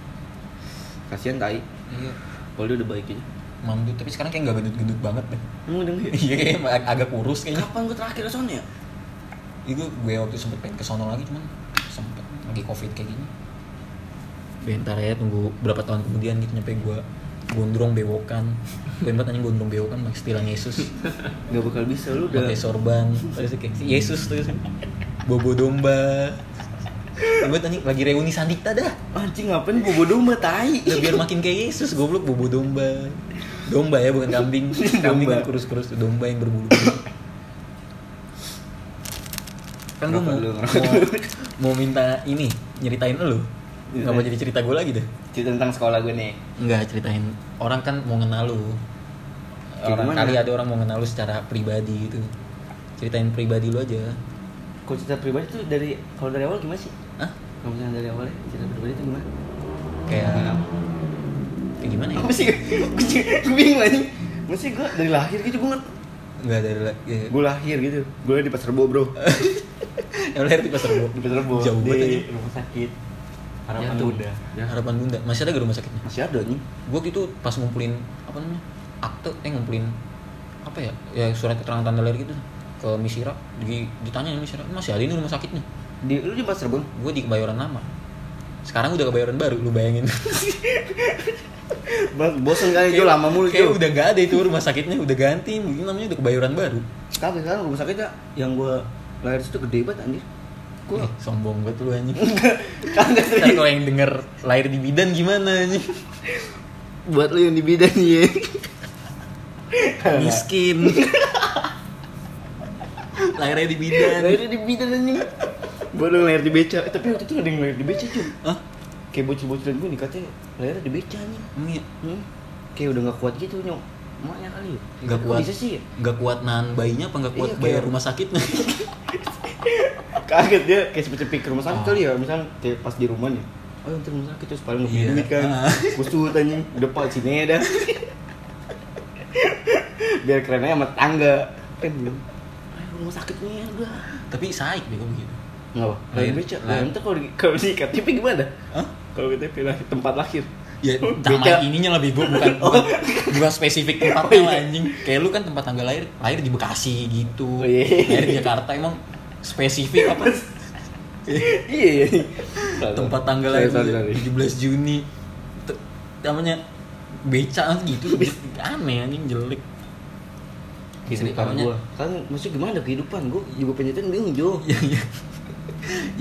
B: Kasihan tai.
A: iya
B: Kalau dia udah baik aja.
A: mandut tapi sekarang kayak nggak gendut-gendut banget deh
B: Emang udah nggak?
A: iya kayak ag- agak kurus kayaknya
B: Kapan gue terakhir ke sana ya?
A: itu gue waktu itu sempet pengen ke sono lagi cuman sempet lagi covid kayak gini bentar ya tunggu berapa tahun kemudian gitu nyampe gue gondrong bewokan gue banget anjing gondrong bewokan pakai istilah Yesus
B: Gak bakal bisa lu udah.
A: pakai sorban terus kayak si Yesus terus bobo domba gue banget anjing lagi reuni sandikta dah
B: Anjing ngapain bobo domba tai.
A: Udah biar makin kayak Yesus goblok bobo domba domba ya bukan kambing kambing kan
B: Domba.
A: kurus-kurus tuh domba yang berbulu kan gue
B: Kenapa
A: mau,
B: lu ngerokok?
A: mau mau minta ini nyeritain lu
B: Iya.
A: nggak mau jadi cerita gue lagi deh
B: Cerita tentang sekolah gue nih.
A: nggak ceritain orang kan mau kenal lu orang
B: Gimana?
A: kali ada orang mau kenal lu secara pribadi gitu ceritain pribadi lu aja
B: Kalau cerita pribadi tuh dari kalau dari awal gimana sih?
A: Hah?
B: Kalau misalnya dari awal ya, cerita pribadi tuh gimana?
A: kayak kayak gimana ya
B: Apa sih? Gue sih- gue bingung anjing. Mesti gue dari lahir gitu gue
A: nggak ada lah ya.
B: Gue lahir gitu. Gue lahir di Pasar Bo, Bro.
A: yang lahir di pasar Bo.
B: Di Pasar Iya, Bo.
A: jauh
B: di
A: banget anjing.
B: rumah sakit. Harapan
C: Jatuh.
B: Bunda.
C: Ya.
A: harapan bunda masih ada gak rumah sakitnya
B: Masih ada nih.
A: gue gitu pas ngumpulin apa namanya akte eh ngumpulin apa ya ya surat keterangan tanda lahir gitu ke Misira di, ditanya sama Misira masih ada ini rumah sakitnya
B: Di lu di Pasar Bo.
A: gue di kebayoran lama sekarang udah kebayoran baru lu bayangin
B: Bosan kali Jo Iya, lama mulu
A: kayak
B: Jo.
A: udah gak ada itu rumah sakitnya udah ganti mungkin namanya udah kebayoran baru
B: Tapi sekarang rumah sakitnya yang gue lahir situ gede banget anjir. Gue
A: Eh, sombong banget lu anjing
B: kagak
A: Ntar
B: serius.
A: kalau yang denger lahir di bidan gimana anjing
B: Buat lu yang di bidan ya.
A: miskin lahirnya di bidan
B: Lahirnya di bidan anjing. Buat lu yang lahir di beca. Eh, tapi waktu itu ada yang lahir di beca cuy.
A: Hah?
B: kayak bocil-bocilan gue nih katanya lahirnya di beca nih
A: Emang iya?
B: hmm? kayak udah nggak kuat gitu nyok emaknya kali ya.
A: Nggak
B: Kok
A: kuat.
B: bisa sih ya?
A: Nggak kuat nahan bayinya apa nggak kuat
B: Iya, kayak-
A: bayar rumah sakitnya?
B: kaget dia kayak cepet-cepet ke rumah sakit
A: Ah.
B: kali ya misalnya kayak pas di rumah nih oh yang rumah sakit terus paling nggak punya
A: Iya.
B: duit kan
A: Ah.
B: kusut anjing depan sini ya dah biar kerennya sama tangga kan ayo rumah sakitnya ya, udah
A: Tapi saik gitu. bego begitu.
B: Kenapa?
A: Lahir.
B: Lahir beca. Lah
A: Lahir.
B: entar kalau di kalau di KTP gimana?
A: Hah?
B: Kalau KTP lahir tempat lahir.
A: Ya
B: Beca.
A: nama ininya lah bego bukan
B: Oh.
A: bukan, bukan spesifik tempatnya
B: iya.
A: lah anjing. Kayak lu kan tempat tanggal lahir lahir di Bekasi gitu.
B: Oh, iya.
A: Lahir di Jakarta emang spesifik apa?
B: Iya iya.
A: tempat tanggal
B: Sorry,
A: lahir
B: sorry,
A: juga,
B: sorry.
A: 17 Juni. Te- namanya beca gitu aneh anjing jelek.
B: Kehidupan
A: Namanya-
B: gua. Kan maksudnya gimana kehidupan gua juga penyetan bingung Jo.
A: yang, yang,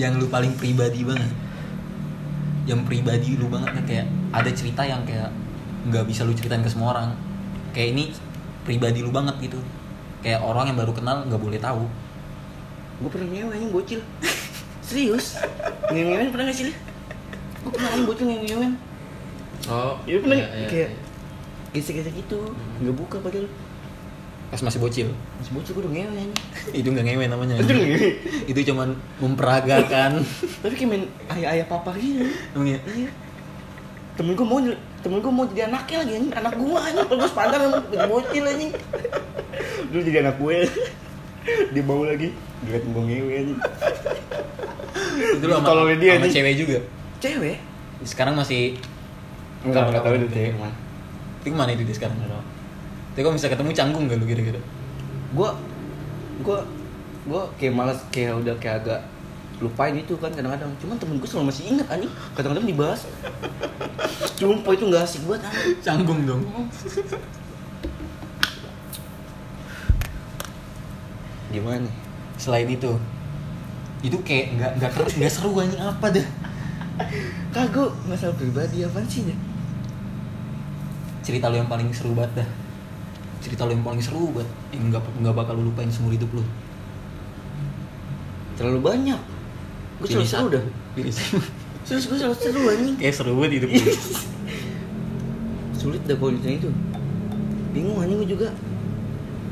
A: yang lu paling pribadi banget yang pribadi lu banget kan kayak ada cerita yang kayak nggak bisa lu ceritain ke semua orang kayak ini pribadi lu banget gitu kayak orang yang baru kenal nggak boleh tahu
B: Gua pernah nyewa anjing bocil. Serius? Nyewain pernah gak sih? Li? Gua pernah kan bocil nyewain.
C: Oh,
B: Iya pernah
C: iya, iya, Hmm.
B: kayak
C: iya.
B: gesek-gesek gitu. Enggak buka padahal.
A: pas masih bocil
B: Masih bocil gua udah nyewa anjing.
A: itu nggak ngewe namanya
B: Itu ngewe.
A: itu cuman memperagakan
B: Tapi kayak main ayah-ayah papa gitu.
A: Emang ya?
B: Iya. Temen gue mau temen gue mau jadi anaknya lagi anjing anak gue anjing terus pandang emang bocil anjing dulu jadi anak gue dia mau lagi dia mau ngewe anjing
A: itu lu sama,
B: Tololin dia,
A: sama
B: anjing.
A: cewek juga
B: cewek
A: sekarang masih
B: enggak enggak tahu itu cewek kemana
A: itu mana itu dia sekarang tapi kalau bisa ketemu canggung gak lu kira-kira
B: gue gue gue kayak malas kayak udah kayak agak lupain itu kan kadang-kadang cuman temen gue selalu masih ingat anjing kadang-kadang dibahas sumpah itu nggak asik banget anjing
A: canggung dong
B: gimana
A: selain itu itu kayak nggak nggak keren nggak seru anjing apa dah
B: kagak masalah pribadi apaan sih ya
A: cerita lu yang paling seru banget dah cerita lu yang paling seru banget yang nggak nggak bakal lu lupain seumur hidup lu
B: terlalu banyak gue
A: Pilih
B: selalu seru
A: satu.
B: dah
A: Pilih satu.
B: serius gue selalu seru anjing
A: kayak seru banget hidup lu
B: sulit dah kalau ditanya itu bingung anjing gue juga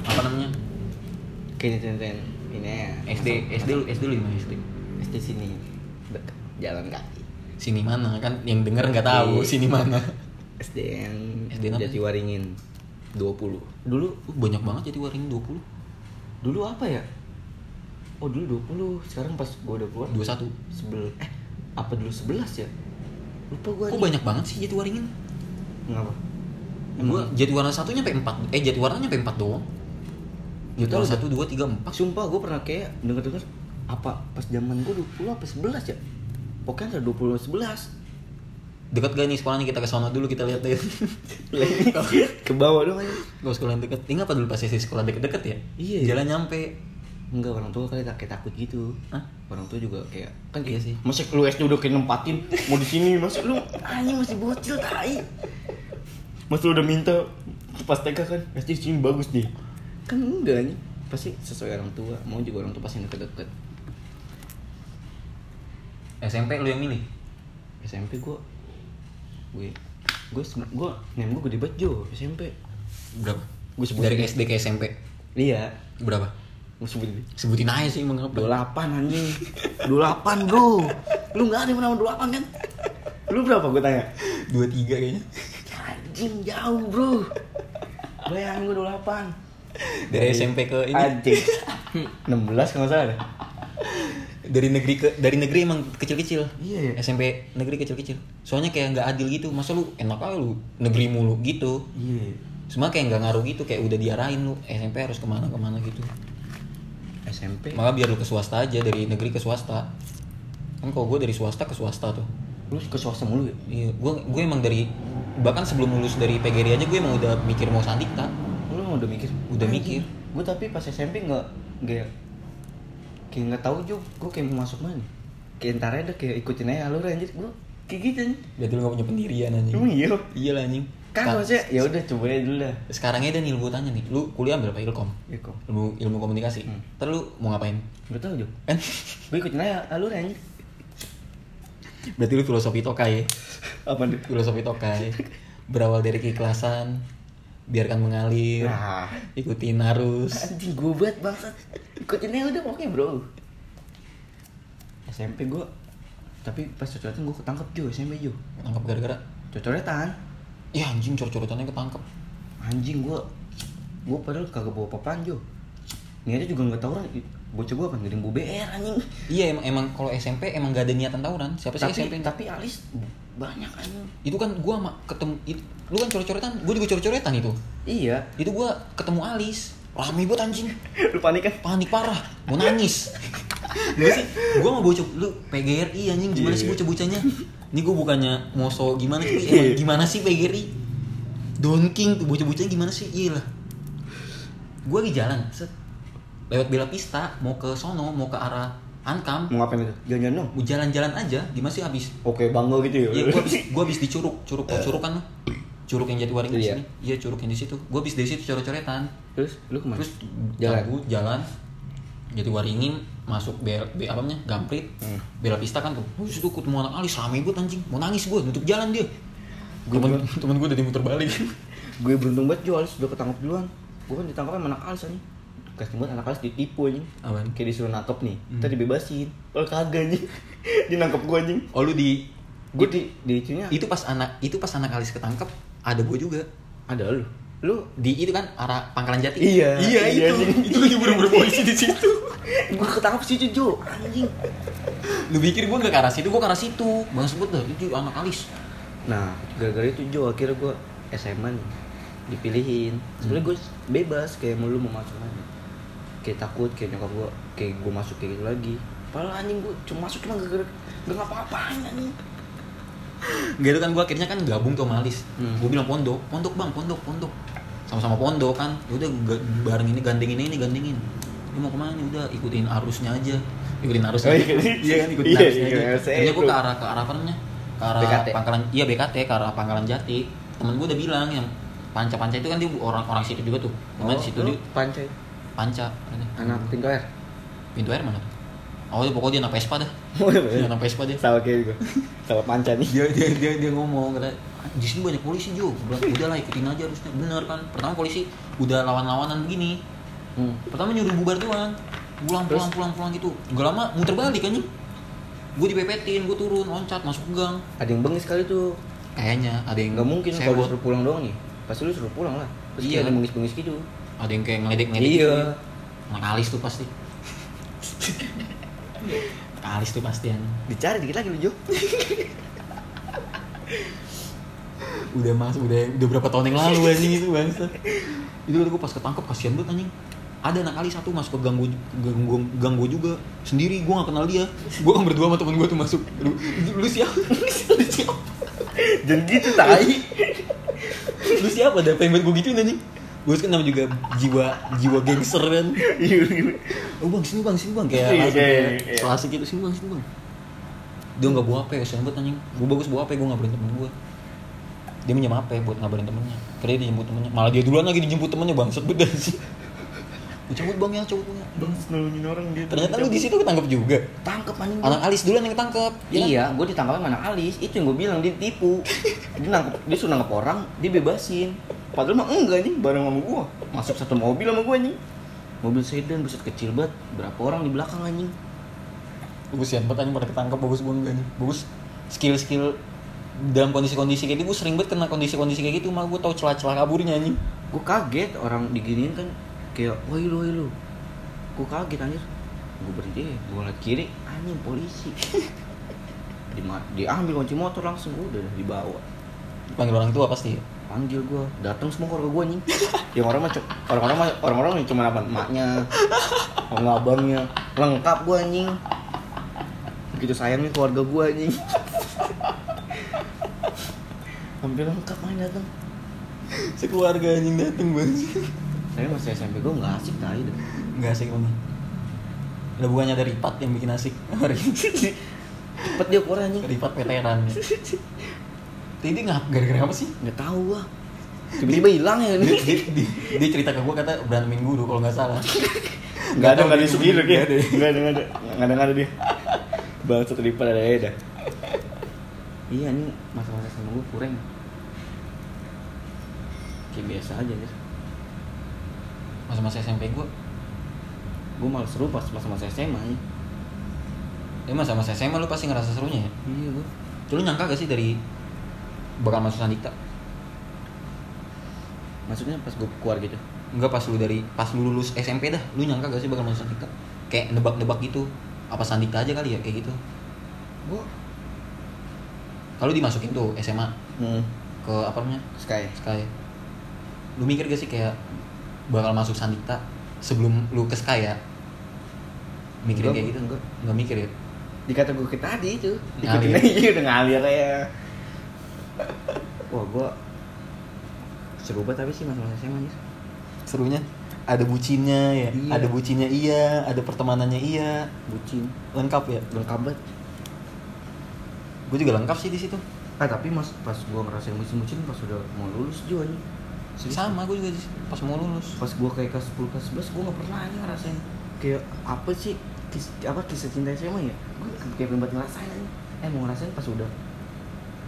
A: apa namanya
B: kayak ditanya ini ya
A: SD SD lu SD lu gimana SD
B: SD sini dekat jalan kaki
A: sini mana kan yang denger nggak tahu
B: Iya.
A: sini mana
B: SDN
A: SD apa?
B: Jatiwaringin 20 dulu
A: Uh, banyak banget jadi waring 20
B: dulu apa ya oh dulu 20 sekarang pas gue udah keluar
A: 21
B: sebel eh apa dulu 11 ya lupa gue
A: kok banyak banget sih jadi waringin
B: ngapa Hmm.
A: gua jadwal satunya sampai empat eh jadwal sampai empat doang
B: Nggak
A: jadwal
B: tahu dah.
A: satu dua tiga empat
B: Sumpah gue pernah kayak denger denger apa pas zaman gue 20 apa 11 ya? Pokoknya ada 20 11.
A: dekat gak nih sekolahnya kita ke sono dulu kita lihat deh
B: ke bawah dong aja.
A: Gak sekolah yang deket Ingat apa dulu pas SD sekolah deket-deket ya?
B: Iya.
A: Jalan nyampe
B: Enggak orang tua kali tak- kayak takut gitu.
A: Hah?
B: Orang tua juga kayak kan
A: Iya sih.
B: Masa lu SD udah kayak nempatin mau di sini masa lu anjing masih bocil tai. Mas lu udah minta pas TK kan SD di sini bagus nih. Kan enggak nih. Pasti sesuai orang tua. Mau juga orang tua pasti deket-deket.
A: SMP lu yang milih?
B: SMP gue gue gue gue name gue gede banget Jo SMP
A: Berapa?
B: Gua sebutin.
A: Dari SD ke SMP
B: iya
A: Berapa?
B: gue sebutin
A: Sebutin aja sih mau ngapa
B: 28 anjing 28 bro lu nggak ada yang nama 28 kan lu berapa gue tanya
A: Dua tiga kayaknya
B: anjing jauh bro bayangin gue 28
A: Dari SMP ke ini.
B: anjing 16 kalau nggak salah deh.
A: Dari negeri ke Dari negeri emang kecil-kecil
B: Iya, iya.
A: SMP negeri kecil-kecil Soalnya kayak nggak adil gitu Masa lu enak aja lu negeri mulu gitu
B: iya
A: Cuma kayak nggak ngaruh gitu Kayak udah diarahin lu SMP harus kemana-kemana gitu
B: SMP
A: Malah biar lu ke swasta aja Dari negeri ke swasta Kan kalau gue dari swasta ke swasta tuh
B: lu ke swasta mulu ya
A: Iya, gue gue emang dari bahkan sebelum lulus dari PGRI aja gue emang udah mikir mau sandikta.
B: lu emang udah mikir
A: Udah mikir.
B: gue tapi pas SMP nggak nggak kayak nggak tahu juga gue kayak mau masuk mana kayak ntar ada kayak ikutin aja alur anjir gue kayak gitu anjir
A: Berarti lu gak punya pendirian anjing.
B: Emang iya?
A: Iya lah anjing.
B: kan
A: Ka-
B: maksudnya ya udah coba aja dulu lah
A: Sekarang aja Daniel gue tanya nih, lu kuliah berapa ilkom?
B: ya kok
A: Ilmu ilmu komunikasi.
B: Hmm.
A: Ntar lu mau ngapain?
B: nggak tahu juga
A: Kan?
B: gue ikutin aja alur anjir
A: Berarti lu filosofi tokai ya?
B: apa tuh
A: Filosofi tokai. Berawal dari keikhlasan, biarkan mengalir,
B: Nah.
A: ikutin arus.
B: anjing gue banget bangsat ikutinnya udah oke bro SMP gue tapi pas cocotan gue ketangkep Jo SMP Jo
A: Tangkap gara-gara.
B: cocotan
A: Ya anjing cor-corotannya ketangkep.
B: anjing gue gue padahal kagak bawa papan Jo niatnya juga nggak tawuran bocah gue apa ngirim bu BR anjing
A: Iya emang, emang kalau SMP emang gak ada niatan tawuran. Siapa sih SMP?
B: tapi tapi alis banyak anjing
A: Itu kan gua sama ketemu it- lu kan coret-coretan, gua juga coret-coretan itu.
B: iya
A: Itu gua ketemu Alis. Rame banget anjing.
B: lu panik kan
A: Panik parah, mau nangis. Gua
B: Iya.
A: sih, gua mau bocok lu PGRI anjing gimana sih bocah-bocahnya? Ini gua bukannya mau so gimana sih? Emang
B: Iya.
A: gimana sih PGRI? Don King tuh bocah-bocahnya gimana sih? Iya lah. Gua di jalan, set. Lewat bela pista, mau ke sono, mau ke arah Ankam,
B: mau ngapain itu jangan dong
A: mau jalan-jalan aja, gimana sih habis
B: oke bangga gitu ya,
A: Iya, gua habis gua habis di Curug, Curug oh, Curug kan. Curug yang Jatiwaringin di
B: Iya.
A: sini. Iya, Curug yang di situ. Gua habis dari situ coret-coretan.
B: terus lu kemana
A: Terus
B: Jalan.
A: jalan jalan Jatiwaringin masuk B, B apa namanya? Gamprit. Bela pista kan tuh. Terus itu ketemu anak alis rame banget anjing. Mau nangis gua nutup jalan dia. Temen, temen gue tadi muter balik
B: gue beruntung banget Jo Alis udah ketangkep duluan gue kan ditangkapnya sama anak Alis anjing kasih banget anak Alis ditipu anjing
A: Apaan?
B: kayak disuruh nangkep nih ntar dibebasin oh kagak anjing dinangkep gue anjing
A: Oh lu di
B: gue di di itunya
A: itu pas anak itu pas anak alis ketangkep ada gue juga
B: ada lu lu
A: di itu kan arah Pangkalan Jati
B: Iya,
A: iya,
B: iya,
A: itu
B: anjing.
A: itu lagi buru-buru polisi di situ
B: gue ketangkep sih Jo anjing
A: lu pikir gue nggak ke arah situ gue ke arah situ bang sebut dah itu anak alis
B: nah gara-gara itu Jo akhirnya gue SMA nih dipilihin sebenarnya gue bebas kayak mau lu mau masuk aja kayak takut kayak nyokap gue kayak gue masuk kayak gitu lagi padahal anjing gue cuma masuk cuma gara-gara gak ngapa-ngapain anjing
A: gak itu kan gue akhirnya kan gabung tuh sama alis
B: Hmm.
A: gue bilang pondok pondok bang pondok pondok sama-sama pondok kan udah bareng ini gandengin ini gandengin lu mau kemana nih udah ikutin arusnya aja ikutin arusnya
B: Oh,
A: aja.
B: ikutin-
A: iya kan ikutin
B: iya,
A: arusnya
B: ikutin
A: aja
B: arusnya,
A: akhirnya gue
B: bro.
A: ke arah ke arah apa namanya ke arah
B: BKT.
A: pangkalan iya BKT ke arah pangkalan jati temen gue udah bilang yang panca-panca itu kan dia orang orang situ juga tuh temen di situ
B: Oh, lu
A: dia
B: pancai
A: panca
B: anak pintu air
A: pintu air mana tuh oh pokoknya dia anak Vespa dah dia anak Vespa dia
B: Oh, iya, sama kayak gue sama panca nih
A: dia dia dia, dia ngomong kata di sini banyak polisi Jo Gua bilang udah lah ikutin aja harusnya bener kan pertama polisi udah lawan lawanan begini
B: Hmm.
A: pertama nyuruh bubar doang pulang pulang pulang pulang gitu gak lama muter balik kan gue dipepetin gue turun loncat masuk ke gang
B: ada yang bengis kali tuh
A: kayaknya ada yang
B: nggak mungkin kalau
A: sewot,
B: disuruh pulang doang nih pasti lu suruh pulang lah pasti
A: Iya.
B: ada yang bengis-bengis gitu
A: ada yang kayak ngeledek ngeledek
B: Iya.
A: anak alis tuh pasti Anak alis tuh pasti anjing.
B: dicari dikit lagi lu Jo
A: udah mas udah udah berapa tahun yang lalu anjing itu bangsa itu gue pas ketangkep kasihan banget anjing ada anak kali satu masuk ke ganggu ganggu ganggu juga sendiri gue gak kenal dia gue kan berdua sama temen gue tuh masuk lu, lu siapa lu siapa
B: jadi gitu tai
A: lu siapa ada pengen gue gituin gitu, anjing gue kan namanya juga jiwa jiwa gangster kan oh bang sini bang sini bang kayak
B: Iya,
A: langsung
B: iya, iya.
A: kayak selasik gitu sini bang sini bang dia nggak bawa HP kasihan banget anjing gue bagus bawa HP gue ngabarin temen gue dia minjem HP buat ngabarin temennya kira dia dijemput temennya malah dia duluan lagi dijemput temennya bangsat banget dah sih Gua cabut bang ya cabut bang ya
B: bang nolongin orang gitu. dia
A: ternyata lu di situ ketangkep juga
B: tangkep anjing
A: anak alis duluan yang ketangkep ya kan?
B: iya gue ditangkap sama anak Alis itu yang gue bilang dia tipu dia nangkep dia suruh nangkep orang dia bebasin padahal mah enggak nih bareng sama gue masuk satu mobil sama gue anjing mobil sedan buset kecil banget berapa orang di belakang anjing
A: bagus ya banget anjing pada ketangkep bagus banget anjing bagus skill skill dalam kondisi-kondisi kayak gitu gue sering banget kena kondisi-kondisi kayak gitu mah gue tau celah-celah kaburnya anjing
B: gue kaget orang diginiin kan kayak woi lu woi lu gue kaget anjir gue berhenti gue ngeliat kiri anjing polisi di diambil kunci motor langsung udah dah, dibawa
A: panggil orang tua pasti ya?
B: panggil gue datang semua keluarga gue anjing yang orang mah cu- orang-orang mah orang-orang yang cuma apa maknya sama abangnya lengkap gue anjing begitu sayangnya keluarga gue anjing hampir lengkap main datang
A: sekeluarga anjing dateng banget
B: tapi masih SMP gue nggak asik tadi deh
A: nggak asik banget lah bukannya ada ripat yang bikin asik
B: cepet dia keluar anjing
A: ripat veteran Tadi ngap gara-gara apa sih?
B: nggak tahu gua tiba-tiba hilang ya
A: Dia, dia, dia, dia cerita ke gue kata berantemin guru kalau nggak salah.
B: nggak ada
A: tahu
B: nggak ada
A: dia
B: sendiri
A: nggak ada.
B: nggak ada nggak ada nggak ada nggak ada dia bangsa terlipat ada ada iya ini masa-masa sama gue kurang kayak biasa aja ya
A: masa-masa SMP gue
B: gue malah seru pas masa-masa SMA ya
A: ya masa-masa SMA lu pasti ngerasa serunya ya
B: iya gue
A: Tuh, lu nyangka gak sih dari bakal masuk Sandikta
B: maksudnya pas gue keluar gitu
A: enggak pas lu dari pas lu lulus SMP dah lu nyangka gak sih bakal masuk Sandikta kayak nebak-nebak gitu apa Sandikta aja kali ya kayak gitu
B: gue
A: kalau dimasukin tuh SMA
B: hmm,
A: ke apa namanya
B: sky
A: Sky lu mikir gak sih kayak bakal masuk Sandikta sebelum lu ke Sky ya mikirin
B: Enggak,
A: kayak gitu
B: enggak.
A: nggak mikir ya
B: dikata gue ke tadi itu
A: Ngalir.
B: ikutin aja udah ngalir ya wah gue seru banget tapi sih masa-masa SMA anjir.
A: serunya ada bucinnya ya
B: Iya.
A: ada bucinnya iya ada pertemanannya iya
B: bucin
A: lengkap ya
B: lengkap banget
A: gue juga lengkap sih di situ
B: ah tapi mas pas gue ngerasain bucin-bucin pas udah mau lulus juga nih Serius.
A: sama gue juga di situ, pas mau lulus
B: pas gue kayak kelas 10 kelas 11 gue gak pernah aja ngerasain kayak apa sih kis, apa kisah cinta SMA ya gue kayak pengen banget ngerasain aja. eh mau ngerasain pas udah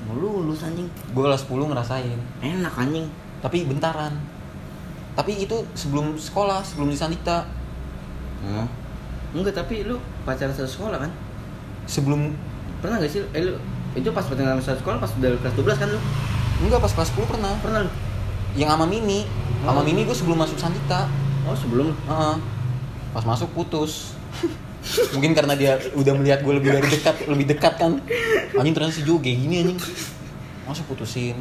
B: mau lulus anjing
A: gue kelas 10 ngerasain
B: enak anjing
A: tapi bentaran tapi itu sebelum sekolah sebelum di Sandikta
B: Hah? enggak tapi lu pacaran satu sekolah kan
A: sebelum
B: pernah gak sih lu- eh lu itu pas pacaran satu sekolah pas udah kelas 12 kan lu
A: enggak pas kelas 10 pernah
B: pernah lu
A: yang sama Mimi sama
B: Oh.
A: Mimi gue sebelum masuk Sandikta
B: oh sebelum lu.
A: Heeh. pas masuk putus mungkin karena dia udah melihat gue lebih dari dekat lebih dekat kan anjing ternyata si Jo kayak gini anjing masa putusin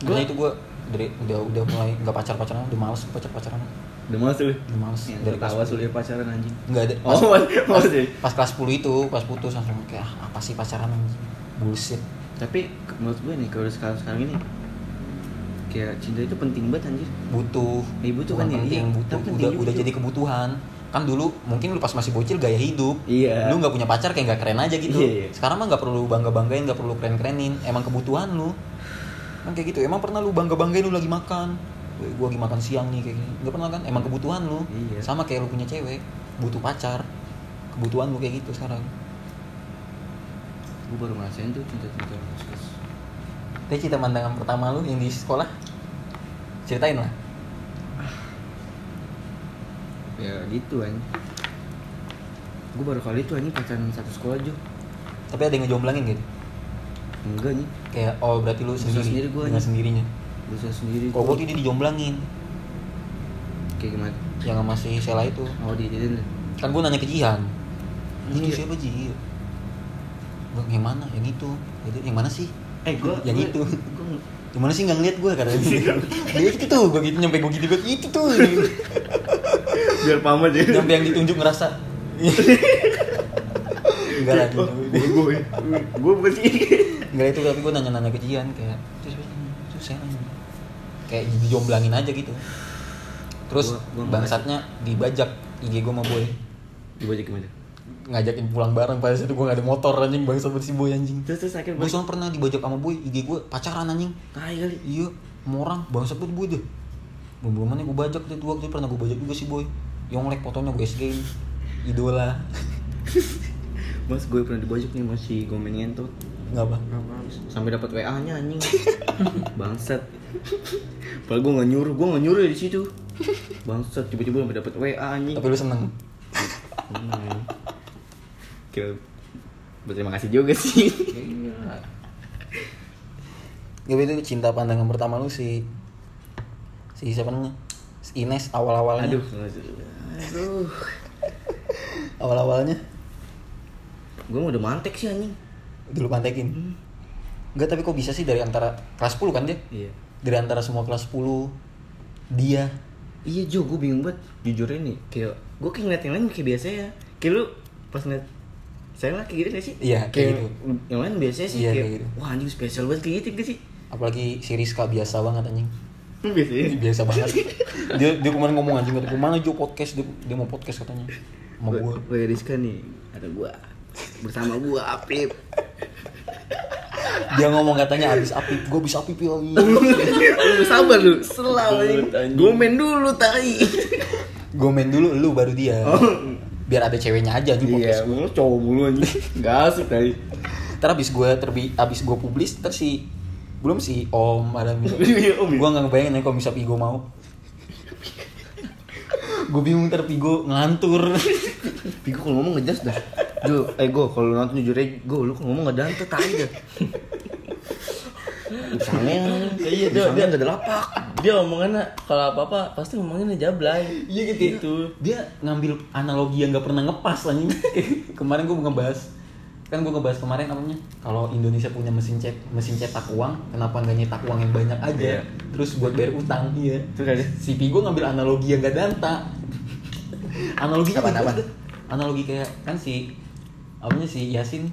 A: karena
B: Gua-
A: itu gue dari udah udah mulai nggak pacar pacaran udah males pacar pacaran
B: udah males lu
A: udah males
B: Ya,
A: dari kelas
B: ketawa sulit pacaran anjing
A: nggak ada pas,
B: oh
A: pas,
B: maksudnya
A: pas kelas 10 itu pas putus langsung kayak ah, apa sih pacaran anjing bullshit
B: tapi ke- menurut gue nih kalau sekarang sekarang ini kayak cinta itu penting banget anjir
A: butuh
B: Iya, butuh kan,
A: Bukan
B: iya,
A: penting
B: iya.
A: butuh
B: Tapi penting
A: udah
B: juga
A: udah
B: sih.
A: jadi kebutuhan kan dulu mungkin lu pas masih bocil gaya hidup
B: Iya.
A: lu nggak punya pacar kayak nggak keren aja gitu
B: Iya, iya.
A: sekarang mah nggak perlu bangga banggain nggak perlu keren kerenin emang kebutuhan lu kan kayak gitu emang pernah lu bangga banggain lu lagi makan Weh, gua lagi makan siang nih kayak gini nggak pernah kan emang kebutuhan lu
B: Iya.
A: sama kayak lu punya cewek butuh pacar kebutuhan lu kayak gitu sekarang
B: gue baru ngerasain tuh cinta-cinta khusus
A: Tapi cerita pandangan pertama lu yang di sekolah ceritain lah
B: ya gitu anjing gue baru kali itu anjing pacaran satu sekolah juga
A: tapi ada yang ngejomblangin gitu
B: enggak nih
A: kayak oh berarti lu
B: Bisa
A: sendiri,
B: sendiri gua
A: dengan
B: aja.
A: sendirinya
B: bisa sendiri
A: Kalau gue tuh dia dijomblangin
B: kayak gimana
A: Yang sama si Sela itu
B: oh di itu
A: Kan gue nanya ke Jihan Ini
B: Iya.
A: siapa Ji? Gua, yang mana? Yang itu Jadi, Yang mana sih?
B: eh gue
A: Yang itu.
B: gue
A: Yang mana sih nggak ngeliat gue katanya
B: Iya.
A: Dia itu tuh Gue gitu nyampe gue gitu gue Itu tuh
B: biar paham aja
A: Nyampe yang ditunjuk ngerasa Enggak lah gitu.
B: gue gue bukan sih
A: Enggak itu tapi gue nanya-nanya ke Jihan Kayak Itu siapa sih? Itu Sela ini." Kayak dijomblangin aja gitu Terus
B: Gua- gua mau
A: bangsatnya dibajak IG gue sama Boy
B: gue aja gimana
A: ngajakin pulang bareng pada saat itu gue gak ada motor anjing bangsa buat si boy anjing
B: terus terus akhirnya
A: gue soalnya pernah dibajak sama boy IG gue pacaran anjing
B: tai kali
A: iya sama orang bangsa buat boy deh belum belum gue bajak deh waktu itu pernah gue bajak juga si boy yonglek fotonya gue SG -in. idola
B: mas gue pernah dibajak nih masih gomen ngentot
A: nggak apa
B: sampai dapat WA nya anjing bangsat padahal gue nggak nyuruh gue nggak nyuruh ya di situ bangsat tiba-tiba sampai dapat WA anjing
A: tapi lu seneng
B: Hmm. Kira berterima kasih juga sih
A: Iya. ya itu cinta pandangan pertama lu si si siapa namanya si Ines awal awalnya
B: aduh aduh
A: awal awalnya
B: gue udah mantek sih anjing
A: dulu
B: Hmm.
A: pantekin Enggak tapi kok bisa sih dari antara kelas 10 kan dia
B: iya
A: dari antara semua kelas 10 dia
B: iya Jo gue bingung banget jujur ini kayak gue kayak ngeliat yang lain kayak biasa ya kayak lu pas ngeliat saya lah kayak gitu gak sih
A: Iya, kayak gitu.
B: yang lain biasa sih
A: Iya,
B: kayak,
A: kayak gitu.
B: wah anjing spesial banget kayak gitu gak sih
A: apalagi si Rizka biasa banget anjing
B: lu biasa ya?
A: biasa banget dia dia kemarin ngomong anjing kata mana Jo podcast dia, dia mau podcast katanya sama
B: Gue
A: gua
B: Gue Rizka nih, ada gua bersama gua Apip.
A: dia ngomong katanya abis apip gua abis apip ya
B: lu sabar lu, selalu gomen dulu tai.
A: gua main dulu lu baru
B: Oh. Iya,
A: dia biar ada ceweknya aja anjing podcast
B: lu cowok mulu anjing. Enggak asik tai.
A: ntar abis gue terbi abis gue publis ntar si belum si om ada
B: Iya, Om, ya?
A: gue nggak ngebayangin ya kalau bisa pigo mau gue bingung ntar pigo ngelantur
B: Pigo kalau ngomong ngejas dah. Jo, eh gue kalau nonton jujur aja, gue lu kalau ngomong nggak ada tuh tai dah. Misalnya,
C: Iya, Jo,
B: misalnya
C: dia-
B: nggak ada lapak.
C: dia omongannya kalau apa apa pasti omongannya jablay
A: Iya gitu. Dia ngambil analogi yang gak pernah ngepas anjing. kemarin gue ngebahas kan gue ngebahas kemarin apanya kalau Indonesia punya mesin cek mesin cetak uang kenapa nggak nyetak uang yang banyak aja
B: Iya.
A: terus buat bayar utang iya
B: Terus ada?
A: si Pigo ngambil analogi yang gak danta analoginya
B: Apaan,
A: bagus
B: apaan?
A: deh. analogi kayak kan si apanya si Yasin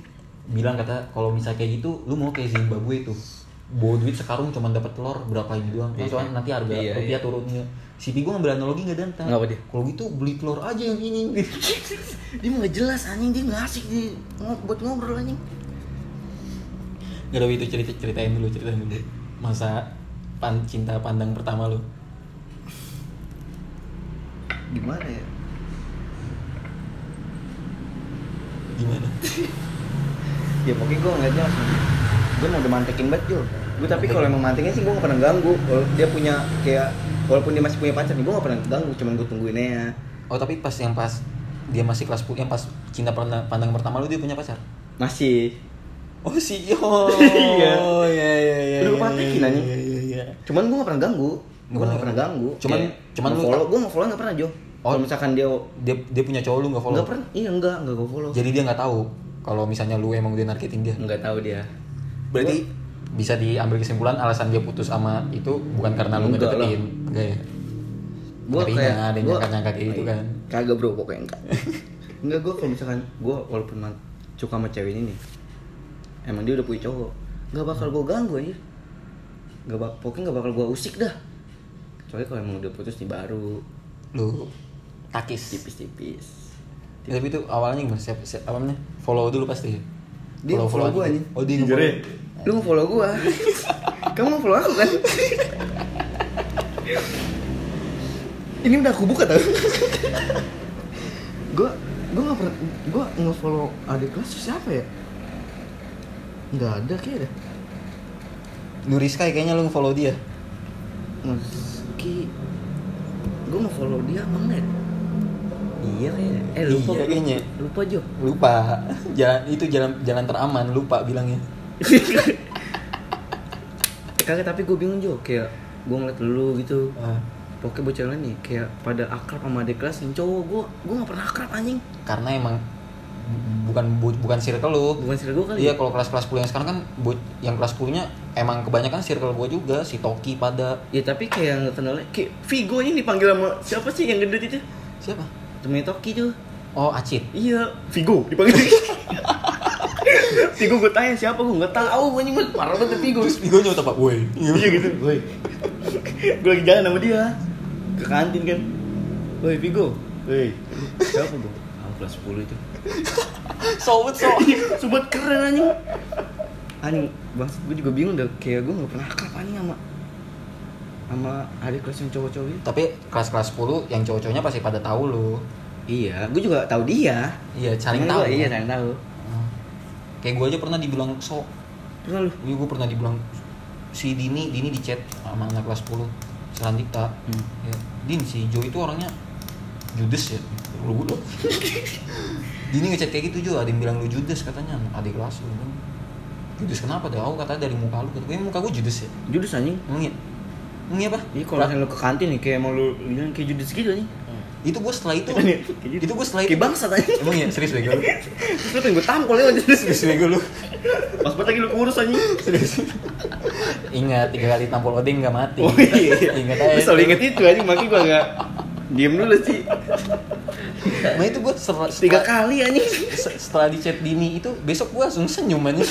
A: bilang kata kalau misal kayak gitu lu mau kayak Zimbabwe itu bawa duit sekarung cuma dapat telur berapa ini doang
B: Iya.
A: soalnya nanti harga
B: Iya,
A: rupiah
B: iya.
A: turunnya si Pigo ngambil analogi nggak danta
B: Nggak apa dia?
A: kalau gitu beli telur aja yang ini.
B: Dia nggak jelas anjing, dia nggak asik di ngo- buat ngobrol anjing.
A: Gak tau itu cerita ceritain dulu ceritain dulu. Masa pan cinta pandang pertama lu.
B: Gimana ya?
A: Gimana?
B: Ya mungkin gue nggak jelas. Gue mau udah mantekin banget Jo. Gue tapi kalau emang mantekin sih gue nggak pernah ganggu. Kalau dia punya kayak walaupun dia masih punya pacar nih, gue nggak pernah ganggu. Cuman gue tungguin aja.
A: Oh tapi pas yang pas dia masih kelas 10 yang pas cinta pandang, pandang pertama lu dia punya pacar.
B: Masih.
A: Oh si oh
B: Iya.
A: iya iya iya. iya,
B: Lu mantekin,
A: iya,
B: anjing.
A: Iya iya iya.
B: Cuman gue gak pernah ganggu. Gue
A: Bukan
B: gak pernah ganggu.
A: Oh. Cuman-
B: Iya.
A: cuman lu-
B: follow, gue nggak follow gak pernah Jo.
A: Oh.
B: Kalau misalkan dia
A: Dia dia punya cowok lu nggak follow.
B: nggak pernah, iya enggak, enggak gue follow.
A: Jadi dia nggak tahu kalau misalnya lu emang dia narketin dia.
B: Enggak tahu dia.
A: Berarti bisa diambil kesimpulan alasan dia putus sama itu bukan karena lu nggak
B: Enggak lah.
A: deketin. Enggak ya.
B: Gue
A: Tapi
B: kayak
A: nggak ada yang
B: gua- Iya.
A: nyangka-nyangka kayak gitu kan.
B: Kagak bro, pokoknya enggak. enggak gue kalau misalkan gue walaupun man- suka sama cewek ini nih, emang dia udah punya cowok, nggak bakal gue ganggu aja. Gak bak pokoknya nggak bakal gue usik dah. Kecuali kalau emang udah putus nih baru
A: Lu takis.
B: tipis-tipis.
A: Ya, tapi itu awalnya gimana? Siap, siap, apa namanya? Follow dulu pasti. ya?
B: Dia follow gua,
A: aja.
B: anjing.
A: Oh, dia nge-follow.
B: Lu mau follow gua? Kamu mau follow aku kan? Ini udah aku buka tau? gua gua nggak pernah gua nge-follow adik kelas tuh siapa ya? Nggak ada kayaknya.
A: Nuriska kayaknya lu nge-follow dia.
B: Meski gua nge-follow dia emang nggak? ya? Iya kayaknya. Eh
A: Iya,
B: lupa gua.
A: kayaknya.
B: Lupa Jo.
A: Lupa. Jalan itu jalan jalan teraman, lupa bilangnya.
B: Kagak tapi gua bingung Jo kayak gua ngeliat lu gitu.
A: Ah,
B: Pokoknya bocah lain nih kayak pada akrab sama adik kelas yang cowok gue gue gak pernah akrab anjing
A: karena emang bu- bukan bu- bukan circle lu.
B: bukan sih gue kali
A: Iya, kalau kelas-kelas 10 yang sekarang kan bu- yang kelas 10-nya emang kebanyakan circle gua juga, si Toki pada
B: ya tapi kayak gak kenal kayak Vigo ini dipanggil sama siapa sih yang gendut itu
A: siapa?
B: temennya Toki tuh
A: Oh, Acit.
B: iya Vigo dipanggil Vigo gue tanya siapa gue nggak tahu anjing mas parah banget Vigo
A: Terus Vigo nyota Pak Boy.
B: iya gitu woi gue lagi jalan sama dia ke kantin kan woi Vigo woi siapa gue aku kelas 10 itu
A: Sobat so.
B: Sobat keren anjing. Anjing, maksud gue juga bingung dah. Kayak gue gak pernah akrab anjing sama sama adik kelas yang cowok-cowok gitu. itu.
A: Tapi kelas-kelas 10 yang cowok-cowoknya pasti pada tahu lu.
B: Iya, gue juga tahu dia.
A: Iya, saling
B: Cuman
A: tahu.
B: gua- iya, saling tahu.
A: Hmm. Kayak gue aja pernah dibilang sok.
B: Pernah lu?
A: Iya gue pernah dibilang si Dini, Dini di chat sama anak kelas 10 Serandita.
B: Hmm.
A: Ya, Din si Jo itu orangnya judes ya. Lu gue Dini ngechat kayak gitu Jo, ada yang bilang lu judes katanya anak adik kelas lu. Bilang, Judes kenapa dah? Aku katanya dari muka lu. Kata gue muka gue judes ya.
B: Judes anjing.
A: Emang iya? Emang iya apa?
B: Iya, kalau misalnya lu ke kantin nih kayak mau lu bilang kayak judes gitu anjing.
A: itu gue setelah itu.
B: Iya, kayak gitu.
A: itu gue setelah itu.
B: Kayak bangsa tadi.
A: Emang iya serius bego lu.
B: Terus lu pengen gue tampol lewat judes.
A: Serius bego lu.
B: Pas banget lagi lu kurus anjing.
A: Ingat tiga kali tampol odeng gak mati.
B: Oh iya.
A: Ingat
B: Lu
A: aja.
B: selalu inget itu anjing, makanya gue gak diem dulu sih.
A: Nah itu gue setelah,
B: Tiga
A: setelah,
B: kali anjing.
A: se- setelah di chat Dini itu besok gue langsung senyum aja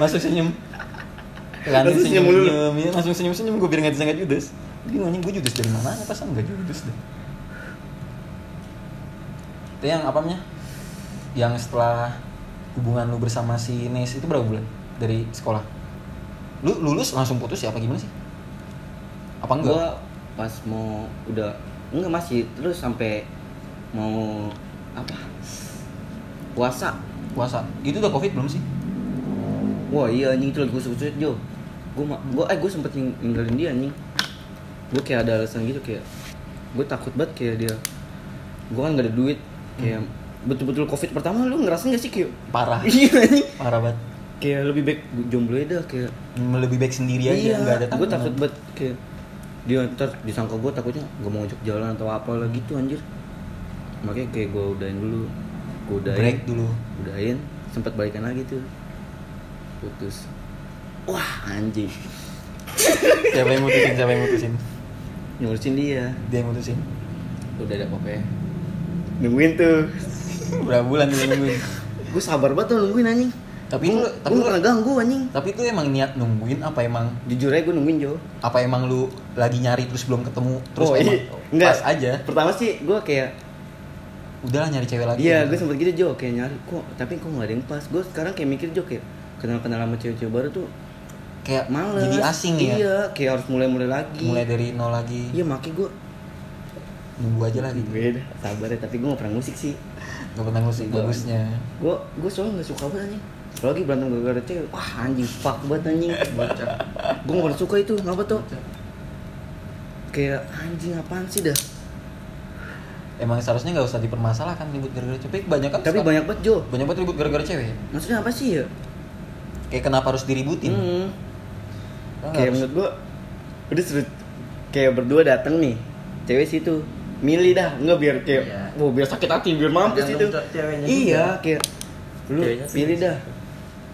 A: Masuk senyum Kan
B: Langsung senyum
A: senyum
B: dulu.
A: senyum ya, langsung senyum senyum gue biar nggak disangka judes Jadi nanya gue judes dari mana pas nggak judes deh Itu yang apa namanya Yang setelah hubungan lu bersama si Nes itu berapa bulan dari sekolah Lu lulus langsung putus ya apa gimana sih? Apa Oh, enggak?
B: Gua pas mau udah enggak masih terus sampai mau apa puasa
A: Puasa Itu udah covid belum sih?
B: wah iya anjing itu lagi kusut-kusut Jo gue gue eh gue sempet ning- ninggalin dia anjing gue kayak ada alasan gitu kayak gue takut banget kayak dia gue kan gak ada duit kayak betul-betul covid pertama lu ngerasa gak sih kayak
A: Parah.
B: iya anjing
A: Parah banget.
B: kayak lebih baik gua jomblo aja dah kayak
A: Lebih baik sendiri aja Iya, nggak ada
B: gue
A: teman.
B: Iya, takut banget kayak dia ntar disangka gue takutnya gue mau ngajak jalan atau apa lah gitu anjir makanya kayak gue udahin dulu gue udahin
A: Break dulu.
B: udahin sempat balikan lagi tuh putus wah anjing
A: Siapa yang mutusin? Siapa yang mutusin?
B: ngurusin dia
A: Dia yang mutusin.
B: udah ada apa nungguin tuh
A: Berapa bulan dia nungguin?
B: gue sabar banget tuh nungguin anjing
A: Tapi
B: Gua-
A: lu- tapi
B: gua
A: lu-
B: pernah ganggu anjing
A: Tapi itu emang niat nungguin apa emang
B: jujur aja gue nungguin Jo
A: apa emang lu lagi nyari terus belum ketemu terus
B: Oh,
A: emang
B: Enggak.
A: pas aja
B: pertama sih gue kayak
A: udahlah nyari cewek lagi
B: Iya, gue sempet gitu Jo, kayak nyari kok, tapi kok nggak ada yang pas. Gue sekarang kayak mikir Jo kayak kenal-kenal sama cewek-cewek baru tuh
A: kayak
B: males.
A: jadi asing ya
B: Iya, kayak harus mulai-mulai lagi.
A: mulai dari nol lagi
B: Iya, maki gue.
A: nunggu aja lagi
B: Beda. Sabar ya, tapi gue nggak pernah musik sih.
A: nggak pernah ngusik bagusnya
B: Gue gue soalnya nggak suka banget anjing. Apalagi berantem gara-gara cewek, wah anjing fuck banget anjing.
C: baca
B: gue nggak pernah suka itu, ngapa tuh? Kayak anjing apaan sih dah?
A: emang seharusnya nggak usah dipermasalahkan ribut gara-gara cewek banyak kan
B: Tapi banyak banget Jo.
A: banyak banget ribut gara-gara cewek
B: Maksudnya apa sih ya?
A: kayak kenapa harus diributin
B: Hmm.
A: Kan
B: kayak
A: harus-
B: menurut gua udah seru kayak berdua datang nih cewek situ milih dah nggak biar kayak
C: Iya.
B: wah biar sakit hati biar mampus itu
C: Tergantung cewek- ceweknya
B: iya
C: juga.
B: kayak lu
C: Ceweknya sih
B: pilih
C: bisa.
B: dah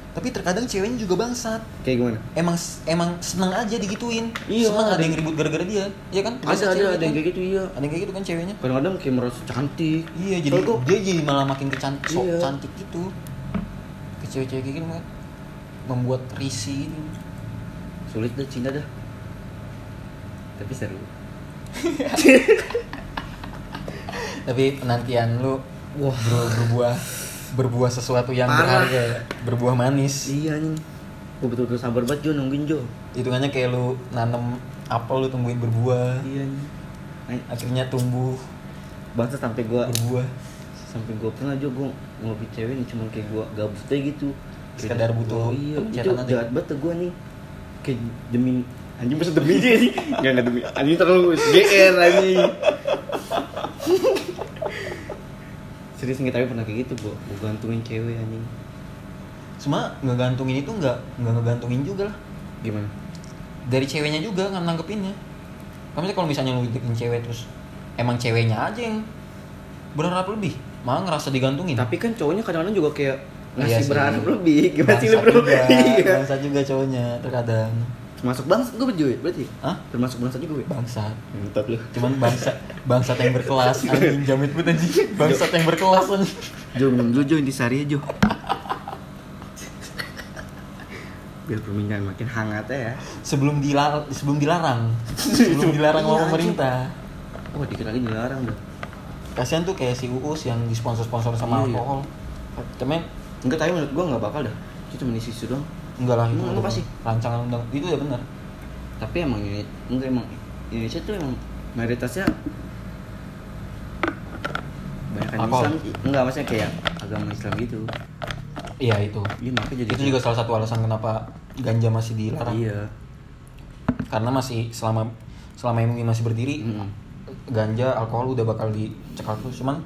A: tapi terkadang ceweknya juga bangsat
B: kayak gimana
A: emang emang seneng aja digituin
B: Iya,
A: seneng ada
B: ada.
A: yang ribut gara-gara dia ya kan
B: ada
A: Biasa
B: ada
A: cewek
B: ada yang
A: kan?
B: kayak gitu iya
A: ada yang kayak gitu kan ceweknya
B: kadang-kadang kayak merasa cantik
A: Iya, jadi
B: Soalnya gua-
A: dia jadi malah makin kecan sok
B: Iya.
A: cantik gitu. Ke cewek-cewek kayak gini Mbak. membuat risih gitu.
B: sulit dah cinta dah tapi seru
A: Tapi penantian lu wah berbuah berbuah sesuatu yang
B: Parah.
A: berharga, ya. berbuah manis.
B: iya nih gua betul-betul sabar banget Jo nungguin Jo
A: Hitungannya kayak lu nanam apel lu tungguin berbuah,
B: iya nih Ay-
A: akhirnya tumbuh
B: bangsa sampai gua
A: berbuah
B: sampai gue pernah juga gue ngopi cewek nih cuman kayak gue gabut aja gitu Kayak
A: Sekedar butuh
B: oh, iya itu
A: pencetakan aja.
B: jahat banget gue nih kayak demi Iya, anjing masa demi aja sih nggak nggak demi anjing terlalu gr anjing serius nggak tapi pernah kayak gitu gue gue gantungin cewek anjing
A: Cuma ngegantungin itu nggak nggak ngegantungin juga lah.
B: gimana
A: Dari ceweknya juga nggak nanggepinnya. Kamu kalau misalnya lu deketin cewek terus emang ceweknya aja yang berharap lebih, malah ngerasa digantungin.
B: tapi kan cowoknya kadang-kadang juga kayak
A: Iya
B: ngasih
A: sih.
B: berharap lebih gimana sih lu
A: Bangsat
B: bro
A: juga,
B: iya
A: bangsat juga cowoknya terkadang
B: termasuk bangsat gue berjuwe berarti
A: Hah?
B: termasuk bangsat juga gue
A: bangsat
B: mantap lu
A: cuman bangsat bangsat yang berkelas anjing jamet banget anjing bangsat yang berkelas anjing
B: Jo minum dulu Jo intisari aja Jo Biar perbincangan makin hangat ya
A: sebelum dilarang sebelum dilarang sebelum dilarang
B: Iya,
A: sama
B: anjing.
A: pemerintah
B: Oh dikit lagi dilarang dong
A: kasihan tuh kayak si uus yang disponsor sponsor sama
B: Iya, iya.
A: alkohol cuman
B: Enggak tapi menurut gua gak bakal dah Itu cuma isi isu doang
A: enggak lah itu
B: Emang
A: udah
B: apa sih?
A: rancangan undang itu udah bener
B: Tapi emang ini Enggak emang Indonesia tuh emang Mayoritasnya Banyak
A: Apa?
B: Islam sih. Enggak maksudnya kayak agama Islam gitu
A: iya itu
B: Iya makanya jadi
A: itu juga salah satu alasan kenapa ganja masih dilarang
B: Iya
A: karena masih selama selama MUI masih berdiri
B: Mm-mm.
A: ganja alkohol udah bakal dicekal terus cuman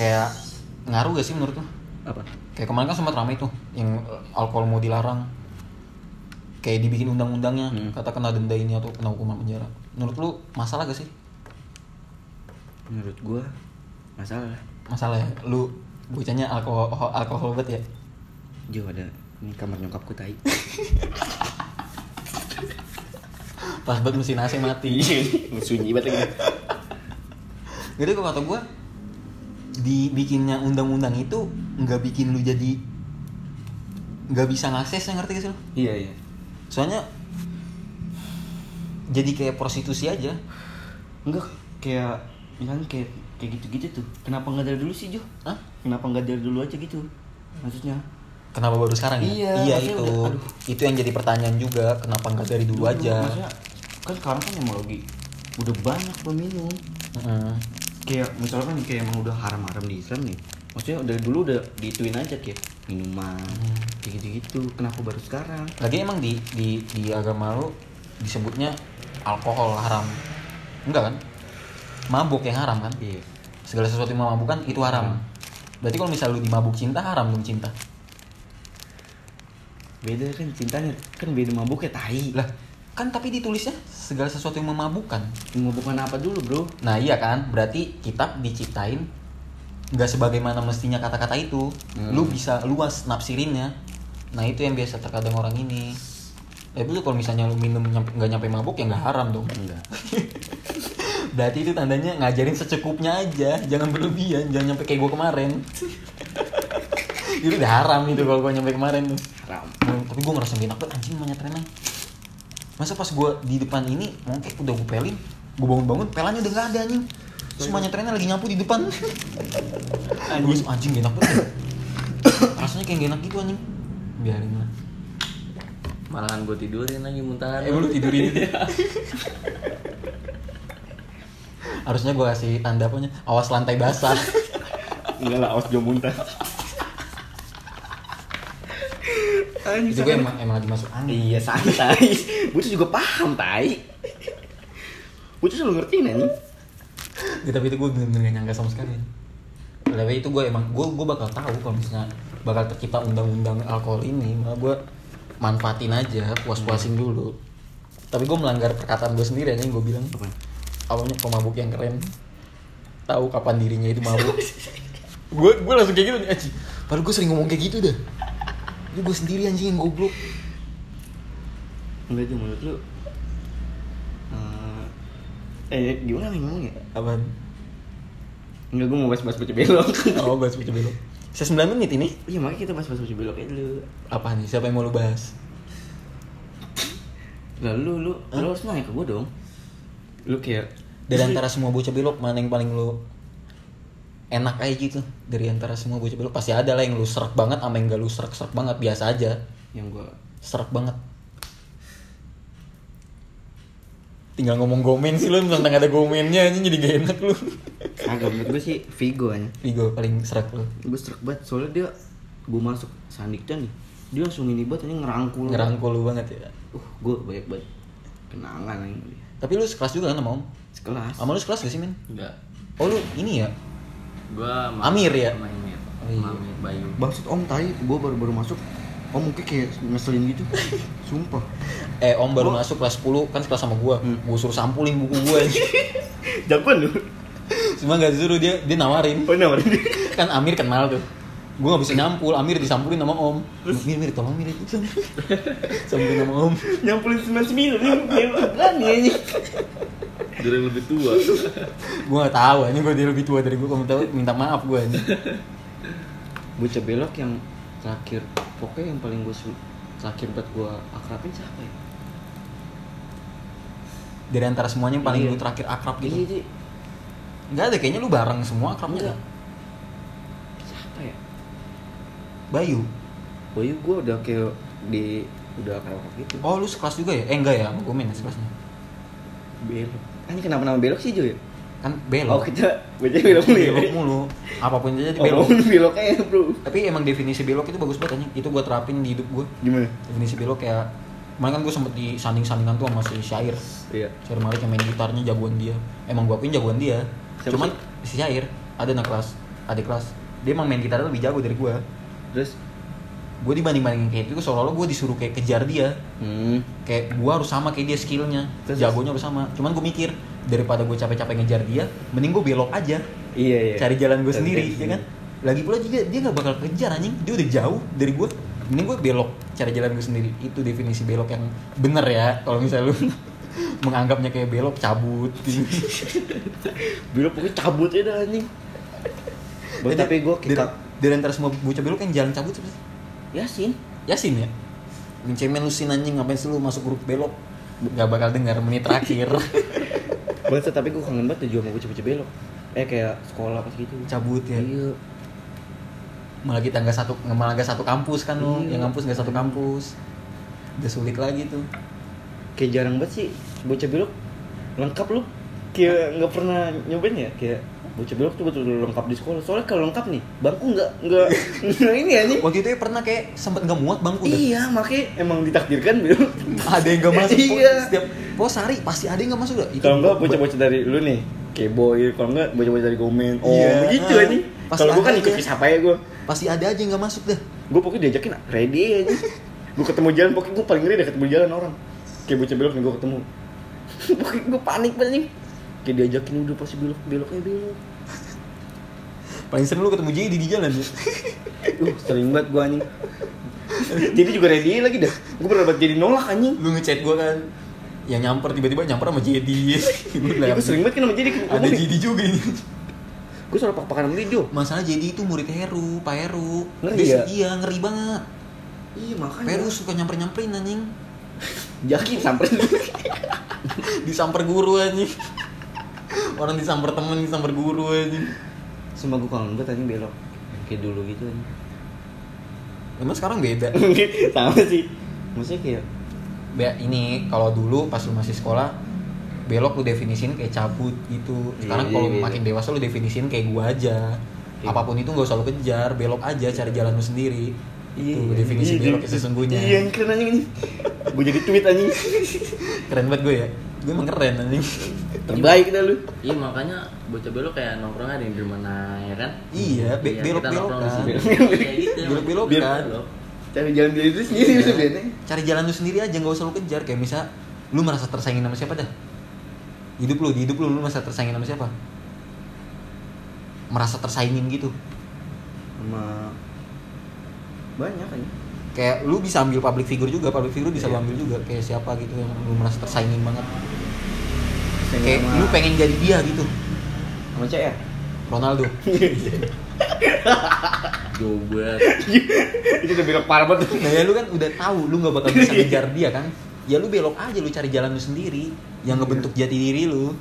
A: kayak ngaruh gak sih menurut lo
B: Apa?
A: kayak kemarin kan sempat ramai tuh yang eh, alkohol mau dilarang kayak dibikin undang-undangnya
B: Mm.
A: kata kena denda ini atau kena hukuman penjara menurut lu masalah gak sih
B: Menurut gua Masalah
A: masalah ya lu bocahnya alkohol alkohol banget ya
B: Jo ada Ini kamar nyokapku tai
A: pas banget mesin AC mati
B: Sunyi banget lagi
A: Jadi kalau kata gue dibikinnya undang-undang itu nggak bikin lu jadi nggak bisa ngakses yang ngerti gak sih lu?
B: Iya iya
A: Soalnya jadi kayak prostitusi aja.
B: Enggak, kayak misalnya kayak kayak gitu-gitu tuh. Kenapa nggak dari dulu sih Jo?
A: Hah?
B: Kenapa nggak dari dulu aja gitu? Maksudnya?
A: Kenapa baru sekarang
B: Iya,
A: ya? iya
B: maksudnya
A: itu.
B: udah- aduh.
A: Itu yang jadi pertanyaan juga, kenapa nggak dari dulu, aja?
B: Maksudnya kan sekarang kan emang lagi udah banyak peminum. kan
A: Mm-mm.
B: Kayak misalkan kayak emang udah haram-haram di Islam nih. Maksudnya dari dulu udah dituin aja kayak minuman kayak gitu gitu kenapa baru sekarang
A: lagi emang di di di agama lu disebutnya alkohol haram enggak kan mabuk yang haram kan
B: iya
A: segala sesuatu yang memabukkan itu haram berarti kalau misal lu dimabuk cinta haram dong cinta
B: beda kan cintanya kan beda mabuk ya tai
A: lah kan tapi ditulisnya segala sesuatu yang memabukkan
B: mabukan apa dulu bro
A: nah iya kan berarti kitab diciptain nggak sebagaimana mestinya kata-kata itu lu bisa luas nafsirinnya nah itu yang biasa terkadang orang ini tapi lu kalau misalnya lu minum nyampe- nggak nyampe mabuk ya nggak haram dong
B: enggak
A: Berarti itu tandanya ngajarin secukupnya aja, jangan berlebihan, jangan nyampe kayak gue kemarin. itu udah haram itu kalau gue nyampe kemarin tuh.
B: haram
A: Hmm, Tapi gue ngerasa gak enak banget anjing banyak remeh. Masa pas gue di depan ini, mungkin udah gue pelin, gue bangun-bangun, pelannya udah gak ada anjing. Semuanya trennya lagi nyapu di depan. Iya. anjing, anjing gak enak banget. ya." Rasanya kayak gak enak gitu anjing. Biarin lah.
C: Malahan gue tidurin lagi muntahan.
A: Eh lu tidurin itu. Harusnya gue kasih tanda apanya? Awas lantai basah.
B: enggak lah aus jom muntah
A: itu gue emang, emang lagi masuk angin.
B: iya santai putus juga paham tai putus selalu ngerti nih
A: Ya, tapi itu gue bener-bener gak nyangka sama sekali. Tapi itu gue emang gue gue bakal tahu kalau misalnya bakal tercipta undang-undang alkohol ini, malah gue manfaatin aja, puas-puasin dulu. Tapi gue melanggar perkataan gue sendiri aja yang gue bilang. awalnya pemabuk yang keren tahu kapan dirinya itu mabuk gue gue langsung kayak gitu nih anjing padahal gue sering ngomong kayak gitu dah itu gue sendiri anjing yang goblok
B: enggak cuma menurut lu eh, eh gimana nih ngomong ya
A: apaan
B: enggak gue mau bahas-bahas baca belok
A: oh bahas baca belok saya 9 menit ini
B: iya makanya kita bahas-bahas baca belok aja dulu
A: apa nih siapa yang mau lu bahas
B: lalu lu lu harus nanya ke gue dong lu kayak
A: dari antara semua bocah belok mana yang paling lu enak aja gitu dari antara semua bocah belok pasti ada lah yang lu serak banget sama yang gak lu serak serak banget biasa aja
B: yang gue
A: serak banget tinggal ngomong gomen sih lu tentang ada gomennya anjing jadi gak enak lu
B: Kagak menurut gue sih Vigo aja.
A: Vigo paling serak lu
B: Gue struck banget soalnya dia gue masuk Sandikta nih. Dia langsung ini banget ini ngerangkul.
A: ngerangkul lu banget ya
B: Uh, gue banyak banget kenangan yang dia.
A: tapi lu sekelas juga kan sama om
B: Sekelas.
A: sama lu sekelas gak sih men
C: Enggak.
A: oh lu ini ya
C: Gue
A: Amir ya?
C: Sama Amir.
A: Oh, iya.
C: Sama Amir Bayu.
B: Bangsat Om tai, gue baru-baru masuk. Om mungkin kayak ngeselin gitu. Sumpah.
A: eh om baru
B: Gua-
A: masuk kelas 10 kan sekelas sama gua gua suruh sampulin buku gua
B: Jagoan lu.
A: cuma gak disuruh dia dia nawarin
B: Oh, nama dia.
A: kan Amir kenal tuh gua gak bisa nyampul Amir disampulin sama om Mir Mir tolong Mir itu sampulin sama om
B: Nyampulin 99 nih, dia berani aja.
C: Dari yang lebih tua.
A: gua gak tahu ini gua dia lebih tua dari gua kalau tahu minta maaf gua ini
B: Bocah belok yang terakhir pokoknya yang paling gue terakhir buat gue akrabin siapa ya?
A: dari antara semuanya yang paling
B: Iya.
A: lu terakhir akrab
B: Iya,
A: gitu
B: dia
A: nggak ada kayaknya lu bareng semua akrabnya
B: Enggak.
A: kan?
B: Siapa ya?
A: Bayu
B: Bayu gue udah kayak di udah kayak gitu.
A: Oh lu sekelas juga ya? Eh enggak ya, sama gue main sekelasnya
B: Belok. Ini kenapa nama belok sih Jo ya?
A: Kan
B: Oh
A: belok
B: kita baca belok nih.
A: Belok mulu Apapun jadi
B: Oh, belok.
A: belok
B: beloknya ya bro.
A: Tapi emang definisi belok itu bagus banget anjing Itu gue terapin di hidup gue
B: Gimana?
A: Definisi belok kayak Kemarin kan gue sempet disanding-sandingan tuh sama si Syair
B: Iya.
A: Syair Malik yang main gitarnya jagoan dia Emang gue akuin jagoan dia
B: Siapa
A: Cuman si Syair ada anak kelas Adik kelas Dia emang main gitarnya lebih jago dari gue
B: Terus?
A: Gue dibanding-bandingin kayak itu Seolah-olah gue disuruh kayak kejar dia
B: Hmm.
A: kayak gua harus sama kayak dia skillnya
B: Terus?
A: jagonya harus sama cuman gue mikir daripada gue capek-capek ngejar dia mending gue belok aja
B: Iya iya.
A: cari jalan gue
B: Cari
A: sendiri
B: jalan
A: ya kan lagi pula juga dia nggak bakal kejar anjing dia udah jauh dari gue mending gue belok cari jalan gue sendiri itu definisi belok yang bener ya kalau misalnya lu menganggapnya kayak belok cabut gitu.
B: Belok pokoknya cabut aja dah anjing. Bo, tapi gue
A: Dari-
B: kita Iya
A: dari antara semua bocah belok yang jalan cabut siapa sih?
B: Yasin.
A: Yasin ya Yang cemen lu sin anjing ngapain sih lu masuk grup belok Gak bakal dengar menit terakhir
B: Bangsa tapi gue kangen banget tuh Jo mau gue cepet belok. Eh kayak sekolah pas gitu.
A: Cabut ya
B: Iya.
A: malah kita nggak satu malah nggak satu kampus kan lu
B: Iya.
A: yang kampus nggak satu kampus udah sulit lagi tuh
B: Kayak jarang banget sih bocah belok lengkap lu. Kayak nggak pernah nyobain ya kayak Bocah belok tuh betul lengkap di sekolah. Soalnya kalau lengkap nih, bangku nggak nggak nggak ini anjing.
A: Waktu itu ya pernah kayak sempet nggak muat bangku dah.
B: Iya, makanya emang ditakdirkan belok.
A: Ada yang nggak masuk. po-
B: Iya.
A: Setiap pos hari pasti ada yang nggak masuk dah. Itu
B: Kalau enggak bocah-bocah dari lu nih, keboy, kalau enggak bocah-bocah dari komen. Oh,
A: Iya.
B: gitu anjing.
A: Pas
B: Kalau gua kan
A: ada
B: ikut
A: aja.
B: siapa ya gua.
A: Pasti ada aja yang nggak masuk dah.
B: Gua pokoknya diajakin ready aja. gua ketemu jalan pokoknya gua paling ngeri deh ketemu jalan orang. Kayak bocah belok nih gua ketemu. pokoknya gua panik banget anjing. Kayak diajakin udah pasti belok, beloknya belok.
A: Paling sering lu ketemu Jadi di jalan ya.
B: Uh, sering banget gua anjing. jadi juga ready lagi dah. Gua berdebat jadi nolak anjing.
A: lu ngechat gua kan yang nyamper tiba-tiba nyamper sama Jadi. Gua
B: Ya,
A: bilang,
B: gua sering banget kan sama jadi
A: Ada Jadi juga ini.
B: Gua selalu pakai sama video.
A: Masalah Jadi itu murid Heru, Pak Heru.
B: Ngeri ya?
A: Dia- Iya, ngeri banget.
B: Iya,
A: Pak Heru suka nyamper-nyamperin anjing.
B: Jakin samperin.
A: Disamper guru anjing. Orang disamper temen, disamper guru anjing.
B: Sumpah gua kangen banget anjing belok. Kayak dulu gitu anjing.
A: Emang sekarang beda.
B: sama sih. Maksudnya kayak
A: Be ini kalau dulu pas lu masih sekolah belok lu definisin kayak cabut gitu. Sekarang
B: Iya,
A: kalau
B: iya, iya.
A: makin dewasa lu definisin kayak gua aja.
B: Iya.
A: Apapun itu nggak usah lu kejar, belok aja cari jalan lu sendiri. itu
B: Iya,
A: definisi
B: iya,
A: belok
B: iya.
A: yang sesungguhnya.
B: Iya, yang keren anjing ini. Gua jadi tweet anjing.
A: Keren banget gue ya. Gue emang keren anjing.
B: Terbaik dah lu.
C: Iya makanya bocah belok kayak nongkrong ada yang di mana ya kan?
A: Iya, be-
C: Iya,
A: belok-
C: kita nongkrong
A: belokan.
C: di situ. Kayak gitu.
A: Belok-belok
C: Biar-
A: kan.
C: belok.
B: Cari jalan diri itu sendiri
A: Iya.
B: bisa beda.
A: cari jalan lu sendiri aja nggak usah lu kejar kayak misal lu merasa tersaingin sama siapa dah hidup lu di hidup lu lu merasa tersaingin sama siapa merasa tersaingin gitu
B: Sama banyak anjing.
A: kayak lu bisa ambil public figure juga public figure bisa lu ambil juga kayak siapa gitu yang lu merasa tersaingin banget kayak
B: Sama-
A: lu pengen jadi dia gitu
B: sama ya? CR.
A: Ronaldo
C: Jauh banget.
B: itu udah belok parah banget.
A: nah ya lu kan udah tahu lu nggak bakal bisa ngejar dia kan ya lu belok aja lu cari jalan lu sendiri yang ngebentuk jati diri lu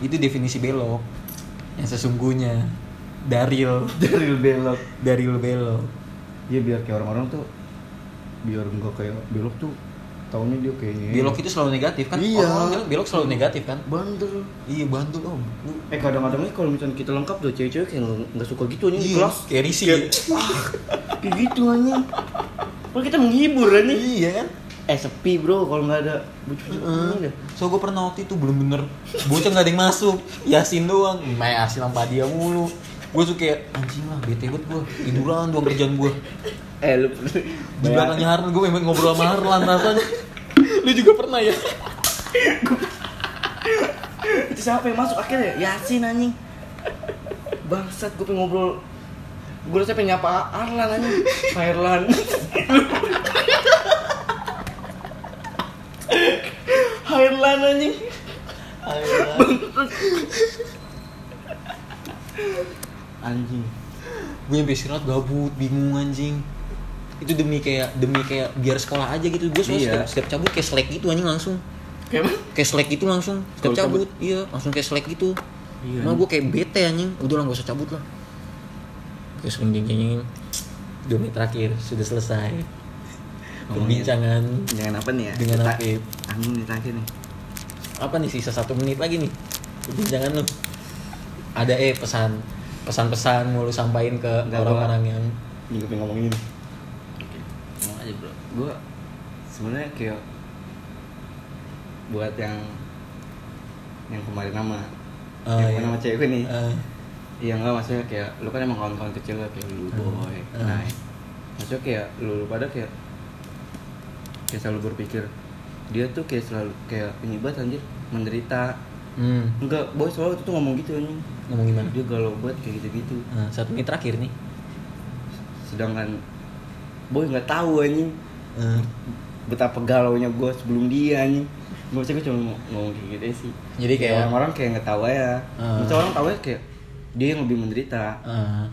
A: itu definisi belok yang sesungguhnya Daril
B: Dari lu belok.
A: dari lu belok
B: Iya biar kayak orang-orang tuh biar enggak kayak belok tuh tahunnya dia kayaknya
A: belok itu selalu negatif kan
B: Iya.
A: orang bilang belok selalu negatif kan
B: bandel
A: iya bantu om Lu-
B: eh kadang-kadang nih kalau misalnya kita lengkap tuh cewek-cewek kayak nggak- nggak suka gitu anjing di
A: Iya,
B: kelas
A: kayak risih.
B: kayak gitu anjing kalau kita menghibur anjing
A: iya kan
B: eh sepi bro kalau nggak ada bucu-bucu
A: Heeh.
B: dah
A: so gue pernah waktu itu belum bener bocah nggak ada yang masuk yasin doang main asin sama dia mulu gue suka kayak anjing lah bete banget gue tiduran doang kerjaan gue
B: eh lu
A: di belakangnya Harlan gue memang ngobrol sama Harlan rasanya lu juga pernah ya
B: itu siapa yang masuk akhirnya Yasin anjing bangsat gue pengen ngobrol gue rasa pengen nyapa Arlan anjing Pak Erlan Hai Erlan anjing anjing
A: gue yang istirahat gabut bingung anjing itu demi kayak demi kayak biar sekolah aja gitu gue
B: Iya.
A: soalnya setiap, setiap cabut kayak slack gitu anjing langsung
B: kayak mana?
A: kayak slack gitu langsung setiap
B: Kalau
A: cabut, iya langsung kayak slack gitu
C: Iya,
A: malah gue kayak bete anjing udah lah gak usah cabut lah terus mending anjing dua menit terakhir sudah selesai perbincangan
B: jangan apa nih ya
A: Dengan
B: Kita-
A: apa?
B: anjing nih terakhir nih
A: apa nih sisa satu menit lagi nih perbincangan lu ada eh pesan pesan-pesan mau lu sampaikan ke
B: Nggak,
A: orang-orang yang
B: ini gue pengen ngomongin ini
C: Oke, Ngomong aja bro.
B: gue sebenarnya kayak buat yang yang kemarin nama
A: Oh,
B: yang
A: iya.
B: kemarin nama cewek gue nih
A: eh,
B: Iya enggak maksudnya kayak lu kan emang kawan-kawan kecil lah kayak lu boy.
A: Hmm.
B: Nah, maksudnya kayak lu, lu pada kayak kayak selalu berpikir dia tuh kayak selalu kayak penyebat anjir menderita.
A: hmm,
B: Enggak, boy soalnya waktu itu ngomong gitu anjing.
A: ngomong gimana
B: Dia galau banget kayak gitu-gitu.
A: Eh, satu menit terakhir nih
B: Sedangkan boy nggak tahu anjing
A: Eh,
B: betapa galaunya gue sebelum dia anjing. Gue gue cuma ngomong- ngomong kayak gitu aja sih.
A: Jadi kayak-
B: orang-orang kayak nggak tahu ya.
A: Hmm.
B: Maksudnya orang tahu ya kayak dia yang lebih menderita.
A: eh,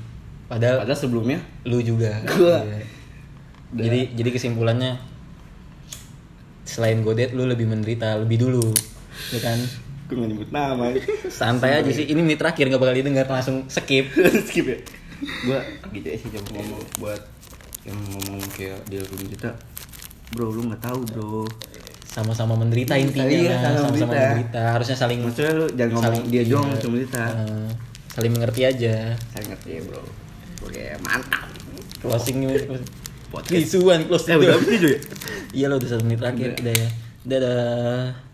A: padahal
B: Padahal sebelumnya
A: lu juga
B: Gua.
A: Iya. jadi jadi kesimpulannya selain godet lu lebih menderita lebih dulu ya kan
B: gue gak nyebut nama
A: santai aja sih ini menit terakhir nggak bakal didengar langsung skip
B: skip ya gue gitu ya sih coba ngomong buat yang ngomong kayak dia belum kita bro lu nggak tahu bro
A: sama-sama menderita
B: Iya,
A: intinya
B: iya,
A: nah.
B: sama
A: sama-sama
B: menderita.
A: menderita harusnya saling
B: maksudnya lu jangan ngomong
A: Saling-
B: dia
A: iya.
B: doang cuma kita
A: Eh, saling mengerti aja
B: saya ngerti ya, bro oke mantap
A: closing gimana closing
B: Oh.
A: Please,
B: Podcast.
A: one closing
B: eh udah habis nih cuy
A: iya lo udah satu menit terakhir
B: Udah.
A: udah ya dadah